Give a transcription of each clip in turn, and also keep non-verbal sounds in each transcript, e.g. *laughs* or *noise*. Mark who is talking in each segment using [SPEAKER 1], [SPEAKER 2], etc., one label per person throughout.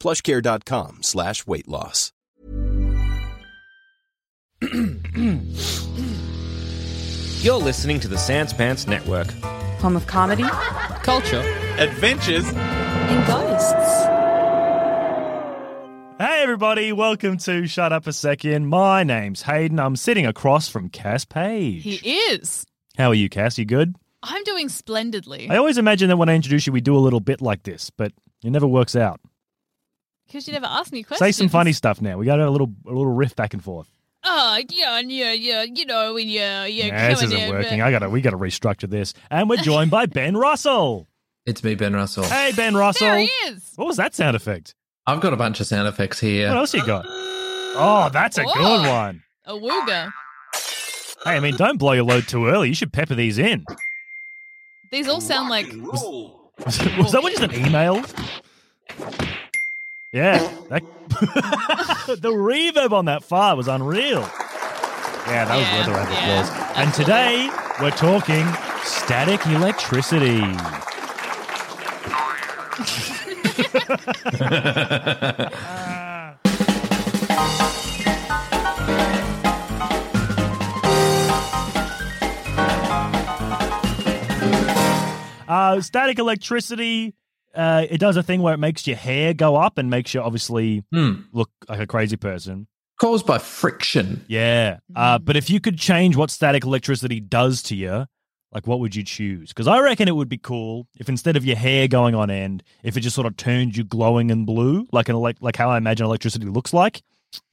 [SPEAKER 1] plushcare.com slash weight loss.
[SPEAKER 2] You're listening to the Sans Pants Network.
[SPEAKER 3] Home of comedy.
[SPEAKER 4] culture.
[SPEAKER 5] Adventures.
[SPEAKER 3] And ghosts.
[SPEAKER 6] Hey everybody, welcome to Shut Up a Second. My name's Hayden. I'm sitting across from Cass Page.
[SPEAKER 4] He is.
[SPEAKER 6] How are you, Cass? You good?
[SPEAKER 4] I'm doing splendidly.
[SPEAKER 6] I always imagine that when I introduce you, we do a little bit like this, but it never works out.
[SPEAKER 4] Because you never asked me questions.
[SPEAKER 6] Say some funny stuff now. We got to have a little, a little riff back and forth.
[SPEAKER 4] Oh, yeah, and yeah, yeah, you know, and yeah, yeah.
[SPEAKER 6] Nah, this
[SPEAKER 4] come on
[SPEAKER 6] isn't
[SPEAKER 4] in,
[SPEAKER 6] working.
[SPEAKER 4] but-
[SPEAKER 6] I gotta, we gotta restructure this. And we're joined by Ben Russell.
[SPEAKER 5] It's me, Ben Russell.
[SPEAKER 6] Hey, Ben Russell.
[SPEAKER 4] There he is.
[SPEAKER 6] What was that sound effect?
[SPEAKER 5] I've got a bunch of sound effects here.
[SPEAKER 6] What else you got? Oh, that's a good
[SPEAKER 4] Oh.
[SPEAKER 6] one.
[SPEAKER 4] A wooga.
[SPEAKER 6] Hey, I mean, don't blow your load too early. You should pepper these in.
[SPEAKER 4] These all sound like.
[SPEAKER 6] Hmm. Was, *laughs* was that one just an email? Yeah. That, the reverb on that fire was unreal. Yeah, that
[SPEAKER 4] Yeah,
[SPEAKER 6] was worth a round of
[SPEAKER 4] yeah,
[SPEAKER 6] applause. and today we're talking static electricity. *laughs* Uh, static electricity. Uh, it does a thing where it makes your hair go up and makes you obviously
[SPEAKER 5] Hmm.
[SPEAKER 6] look like a crazy person.
[SPEAKER 5] Caused by friction.
[SPEAKER 6] Yeah. Uh,
[SPEAKER 4] Mm.
[SPEAKER 6] but if you could change what static electricity does to you, like what would you choose? Because I reckon it would be cool if instead of your hair going on end, if it just sort of turned you glowing and blue, like an elec like how I imagine electricity looks like,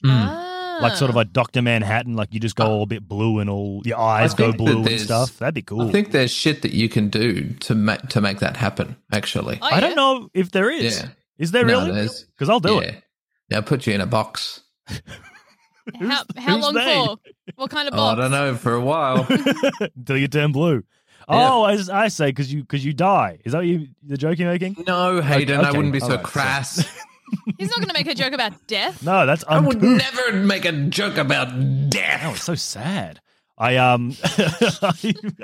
[SPEAKER 5] Hmm.
[SPEAKER 6] like
[SPEAKER 4] ah.
[SPEAKER 6] sort of a Doctor Manhattan, like you just go all a bit blue and all your eyes go
[SPEAKER 5] think that
[SPEAKER 6] blue and
[SPEAKER 5] there's-
[SPEAKER 6] stuff. That'd be cool.
[SPEAKER 5] I think there's shit that you can do to ma- to make that happen. Actually,
[SPEAKER 4] Oh,
[SPEAKER 6] I
[SPEAKER 4] yeah?
[SPEAKER 6] don't know if there is.
[SPEAKER 5] Yeah.
[SPEAKER 6] Is there
[SPEAKER 5] No,
[SPEAKER 6] really?
[SPEAKER 5] there's-
[SPEAKER 6] Because I'll do it.
[SPEAKER 5] They'll put you in a box.
[SPEAKER 4] How,
[SPEAKER 6] Who's-
[SPEAKER 4] how
[SPEAKER 6] who's
[SPEAKER 4] long
[SPEAKER 6] they?
[SPEAKER 4] for? What kind of
[SPEAKER 5] Oh, I
[SPEAKER 4] box?
[SPEAKER 5] don't know for a while.
[SPEAKER 6] Until you turn blue. *laughs* Oh, as I say, because you because you die. Is that what you, the joke you're making?
[SPEAKER 5] no, Hayden,
[SPEAKER 6] Okay,
[SPEAKER 5] I wouldn't be
[SPEAKER 6] all
[SPEAKER 5] so
[SPEAKER 6] right, so-
[SPEAKER 5] crass.
[SPEAKER 6] *laughs*
[SPEAKER 4] He's not going to make a joke about death.
[SPEAKER 6] No, that's
[SPEAKER 5] I would
[SPEAKER 6] uncouth.
[SPEAKER 5] never make a joke about
[SPEAKER 6] That
[SPEAKER 5] death.
[SPEAKER 6] was so sad. I um, *laughs* I,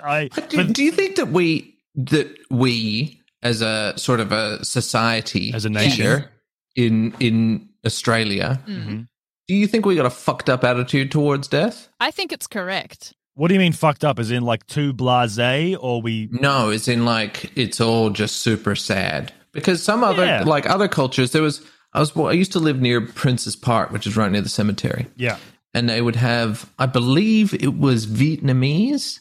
[SPEAKER 6] I
[SPEAKER 5] Do,
[SPEAKER 6] but
[SPEAKER 5] do you think that we that we as a sort of a society
[SPEAKER 6] As a nation. Mm-hmm.
[SPEAKER 5] here in in Australia, do you think we got a fucked up attitude towards death?
[SPEAKER 4] I think it's correct.
[SPEAKER 6] what do you mean fucked up? As in like too blasé, or we?
[SPEAKER 5] No, it's in like it's all just super sad because some other
[SPEAKER 6] Yeah.
[SPEAKER 5] like other cultures there was I was I used to live near Prince's Park, which is right near the cemetery,
[SPEAKER 6] Yeah,
[SPEAKER 5] and they would have I believe it was Vietnamese,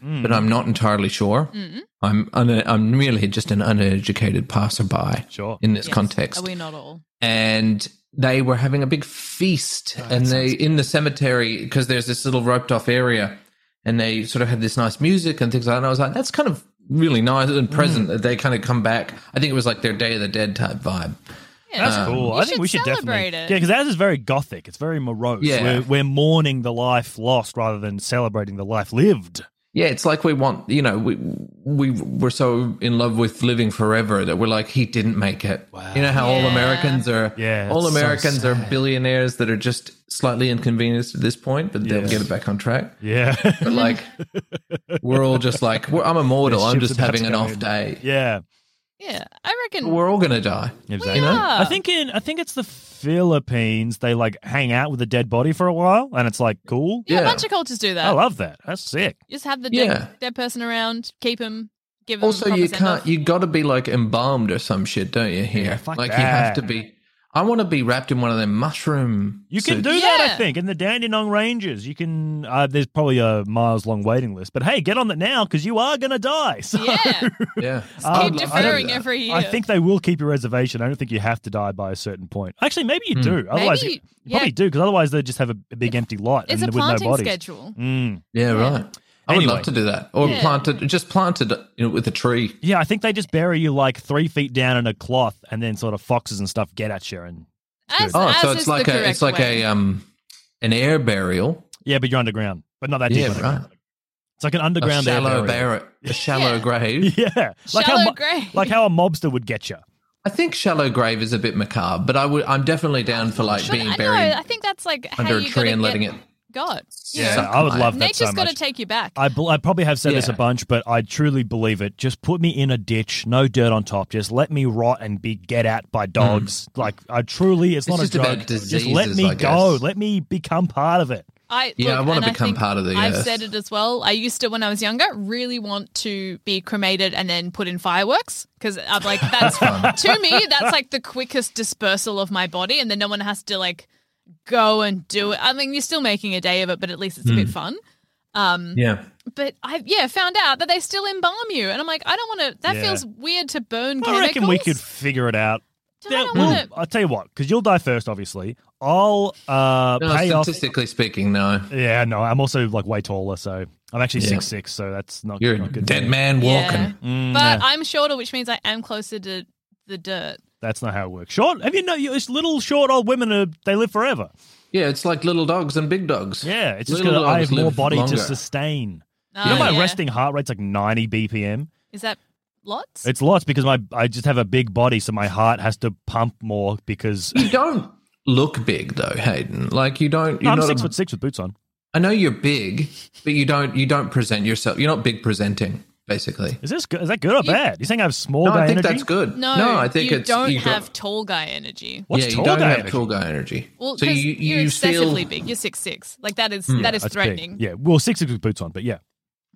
[SPEAKER 6] Hmm.
[SPEAKER 5] but I'm not entirely sure.
[SPEAKER 4] Mm.
[SPEAKER 5] I'm un- I'm merely just an uneducated passerby
[SPEAKER 6] sure.
[SPEAKER 5] in this
[SPEAKER 4] Yes.
[SPEAKER 5] context.
[SPEAKER 4] Are we not all?
[SPEAKER 5] and they were having a big
[SPEAKER 6] Oh,
[SPEAKER 5] feast and they in the cemetery because there's this little roped off area and they sort of had this nice music and things like that and i was like that's kind of really nice and
[SPEAKER 6] Mm.
[SPEAKER 5] present that they kind of come back i think it was like their day of the dead type vibe
[SPEAKER 4] Yeah.
[SPEAKER 6] That's cool.
[SPEAKER 4] You
[SPEAKER 6] I think we should
[SPEAKER 4] celebrate
[SPEAKER 6] definitely.
[SPEAKER 4] it.
[SPEAKER 6] Yeah, because ours is very gothic. It's very morose.
[SPEAKER 5] Yeah.
[SPEAKER 6] We're, we're mourning the life lost rather than celebrating the life lived.
[SPEAKER 5] yeah it's like we want you know we we were so in love with living forever that we're like he didn't make it you know how all
[SPEAKER 4] Yeah.
[SPEAKER 5] americans are
[SPEAKER 6] Yeah,
[SPEAKER 5] all
[SPEAKER 6] it's so
[SPEAKER 5] americans are
[SPEAKER 6] sad.
[SPEAKER 5] billionaires that are just slightly inconvenienced at this point but they'll
[SPEAKER 6] Yes.
[SPEAKER 5] get it back on track
[SPEAKER 6] Yeah, *laughs*
[SPEAKER 5] but like we're all just like we're, I'm immortal.
[SPEAKER 6] This
[SPEAKER 5] I'm
[SPEAKER 6] ship's
[SPEAKER 5] just
[SPEAKER 6] about
[SPEAKER 5] having
[SPEAKER 6] to
[SPEAKER 5] an
[SPEAKER 6] go
[SPEAKER 5] off
[SPEAKER 6] in.
[SPEAKER 5] day.
[SPEAKER 6] yeah.
[SPEAKER 4] Yeah. I reckon.
[SPEAKER 5] We're all gonna die.
[SPEAKER 6] Exactly.
[SPEAKER 5] know?
[SPEAKER 4] Yeah.
[SPEAKER 6] I think in I think it's the Philippines. They like hang out with a dead body for a while, and it's like cool.
[SPEAKER 4] yeah, a
[SPEAKER 5] Yeah.
[SPEAKER 4] bunch of cultures do that.
[SPEAKER 6] Oh, I love that. That's sick.
[SPEAKER 4] Just have the dead,
[SPEAKER 5] Yeah.
[SPEAKER 4] dead person around, keep him, give him.
[SPEAKER 5] Also, you
[SPEAKER 4] proper
[SPEAKER 5] can't.
[SPEAKER 4] send-off.
[SPEAKER 5] You got to be like embalmed or some shit, don't you? Here,
[SPEAKER 6] Yeah, fuck
[SPEAKER 5] like you
[SPEAKER 6] that.
[SPEAKER 5] have to be. I want to be wrapped in one of them mushroom.
[SPEAKER 6] You can
[SPEAKER 5] suits.
[SPEAKER 6] do that, I
[SPEAKER 4] Yeah.
[SPEAKER 6] think, in the Dandenong Ranges. You can. Uh, there's probably a miles long waiting list, but hey, get on it now because you are going to die. *laughs* So
[SPEAKER 4] Yeah.
[SPEAKER 5] Yeah.
[SPEAKER 4] Keep
[SPEAKER 6] *laughs* I'd love to do
[SPEAKER 4] deferring
[SPEAKER 6] that.
[SPEAKER 4] every year.
[SPEAKER 6] I think they will keep your reservation. I don't think you have to die by a certain point. Actually, maybe
[SPEAKER 5] Hmm.
[SPEAKER 6] you do. Otherwise,
[SPEAKER 4] Maybe-
[SPEAKER 6] you, you probably
[SPEAKER 4] yeah.
[SPEAKER 6] do because otherwise they just have a, a big empty lot
[SPEAKER 4] it's
[SPEAKER 6] and
[SPEAKER 4] a
[SPEAKER 6] with no
[SPEAKER 4] planting
[SPEAKER 6] bodies.
[SPEAKER 4] schedule.
[SPEAKER 6] Mm.
[SPEAKER 5] Yeah, right. I would
[SPEAKER 6] Anyway.
[SPEAKER 5] love to do that, or
[SPEAKER 4] Yeah.
[SPEAKER 5] plant it, just plant it you know, with a tree.
[SPEAKER 6] Yeah, I think they just bury you like three feet down in a cloth, and then sort of foxes and stuff get at you. And
[SPEAKER 4] As,
[SPEAKER 5] Oh,
[SPEAKER 4] as
[SPEAKER 5] so
[SPEAKER 4] is
[SPEAKER 5] it's
[SPEAKER 4] the
[SPEAKER 5] like a
[SPEAKER 4] correct
[SPEAKER 5] it's like
[SPEAKER 4] way.
[SPEAKER 5] a um an air burial.
[SPEAKER 6] yeah, but you're underground, but not that deep.
[SPEAKER 5] Yeah,
[SPEAKER 6] underground.
[SPEAKER 5] right.
[SPEAKER 6] It's like an
[SPEAKER 5] A
[SPEAKER 6] underground air barrier.
[SPEAKER 5] shallow barra- a shallow
[SPEAKER 4] Yeah.
[SPEAKER 6] *laughs*
[SPEAKER 5] grave.
[SPEAKER 6] Yeah,
[SPEAKER 4] Shallow
[SPEAKER 6] how, mo-
[SPEAKER 4] grave.
[SPEAKER 6] like how a mobster would get you.
[SPEAKER 5] I think shallow grave is a bit macabre, but I would I'm definitely down for like
[SPEAKER 4] But
[SPEAKER 5] being
[SPEAKER 4] I
[SPEAKER 5] buried
[SPEAKER 4] know, I think that's like how
[SPEAKER 5] under a
[SPEAKER 4] you
[SPEAKER 5] tree
[SPEAKER 4] gotta
[SPEAKER 5] and letting
[SPEAKER 4] get
[SPEAKER 5] it.
[SPEAKER 4] God.
[SPEAKER 6] Yeah,
[SPEAKER 5] suck
[SPEAKER 6] I would
[SPEAKER 5] my-
[SPEAKER 6] love that
[SPEAKER 4] Nature's
[SPEAKER 6] so
[SPEAKER 4] got
[SPEAKER 6] much.
[SPEAKER 4] to take you back.
[SPEAKER 6] I, bel I probably have said this a
[SPEAKER 5] Yeah.
[SPEAKER 6] bunch, but I truly believe it. Just put me in a ditch, no dirt on top. Just let me rot and be get at by dogs. Like I truly, it's,
[SPEAKER 5] Mm. It's
[SPEAKER 6] not
[SPEAKER 5] just
[SPEAKER 6] a joke.
[SPEAKER 5] about
[SPEAKER 6] just let
[SPEAKER 5] diseases,
[SPEAKER 6] me
[SPEAKER 5] I
[SPEAKER 6] go.
[SPEAKER 5] guess.
[SPEAKER 6] Let me become part of it.
[SPEAKER 4] I look,
[SPEAKER 5] Yeah, I wanna
[SPEAKER 4] and
[SPEAKER 5] become
[SPEAKER 4] think
[SPEAKER 5] part of the
[SPEAKER 4] I've
[SPEAKER 5] earth.
[SPEAKER 4] said it as well. I used to when I was younger really want to be cremated and then put in fireworks because I'm
[SPEAKER 5] *laughs*
[SPEAKER 4] like that's *laughs* to me that's like the quickest dispersal of my body, and then no one has to like go and do it. I mean, you're still making a day of it, but at least it's a
[SPEAKER 5] Mm.
[SPEAKER 4] bit fun.
[SPEAKER 5] Yeah.
[SPEAKER 4] But I yeah found out that they still embalm you, and I'm like I don't want to. That
[SPEAKER 6] Yeah.
[SPEAKER 4] feels weird to burn.
[SPEAKER 6] I reckon we could
[SPEAKER 4] chemicals.
[SPEAKER 6] figure it out.
[SPEAKER 4] I
[SPEAKER 6] Now,
[SPEAKER 4] don't
[SPEAKER 6] we'll-
[SPEAKER 4] wanna-
[SPEAKER 6] I'll tell you what, because you'll die first, obviously. I'll uh,
[SPEAKER 5] No,
[SPEAKER 6] pay off.
[SPEAKER 5] statistically speaking, no.
[SPEAKER 6] Yeah, no, I'm also like way taller, so I'm actually
[SPEAKER 5] Yeah.
[SPEAKER 6] six six, so that's not
[SPEAKER 5] You're a
[SPEAKER 6] not good. for
[SPEAKER 5] dead
[SPEAKER 6] me.
[SPEAKER 5] man walking.
[SPEAKER 4] Yeah.
[SPEAKER 6] Mm,
[SPEAKER 4] But
[SPEAKER 6] nah,
[SPEAKER 4] I'm shorter, which means I am closer to the dirt.
[SPEAKER 6] that's not how it works. Short, have you know? you- It's little short old women. Are, they live forever.
[SPEAKER 5] Yeah, it's like little dogs and big dogs.
[SPEAKER 6] Yeah, it's just
[SPEAKER 5] Little
[SPEAKER 6] gonna. I
[SPEAKER 5] dogs
[SPEAKER 6] have more
[SPEAKER 5] live
[SPEAKER 6] body
[SPEAKER 5] longer.
[SPEAKER 6] to sustain.
[SPEAKER 4] No,
[SPEAKER 6] You know, my
[SPEAKER 4] Oh, yeah.
[SPEAKER 6] resting heart rate's like 90 BPM.
[SPEAKER 4] Is that lots?
[SPEAKER 6] It's lots because my I just have a big body, so my heart has to pump more because
[SPEAKER 5] You don't look big though, Hayden. Like you don't. You're
[SPEAKER 6] I'm
[SPEAKER 5] not
[SPEAKER 6] six
[SPEAKER 5] a-
[SPEAKER 6] foot six with boots on.
[SPEAKER 5] I know you're big, but you don't. You don't present yourself. You're not big presenting, basically.
[SPEAKER 6] Is this good? Is that good or
[SPEAKER 4] You-
[SPEAKER 6] bad? You think I have small
[SPEAKER 5] No,
[SPEAKER 6] guy
[SPEAKER 5] I think
[SPEAKER 6] energy?
[SPEAKER 5] that's good.
[SPEAKER 4] no,
[SPEAKER 5] I think
[SPEAKER 4] you
[SPEAKER 5] it's
[SPEAKER 4] don't
[SPEAKER 5] you
[SPEAKER 4] have tall guy energy.
[SPEAKER 6] What's
[SPEAKER 5] yeah,
[SPEAKER 6] tall
[SPEAKER 5] you don't
[SPEAKER 6] guy
[SPEAKER 5] have
[SPEAKER 6] energy?
[SPEAKER 5] tall guy energy.
[SPEAKER 4] Well,
[SPEAKER 5] so
[SPEAKER 4] 'cause
[SPEAKER 5] you Hmm.
[SPEAKER 4] you're
[SPEAKER 5] you feel.
[SPEAKER 4] excessively big. You're six six. Like that is that is
[SPEAKER 6] That's big.
[SPEAKER 4] threatening.
[SPEAKER 6] Yeah, well, six six with boots on, but yeah.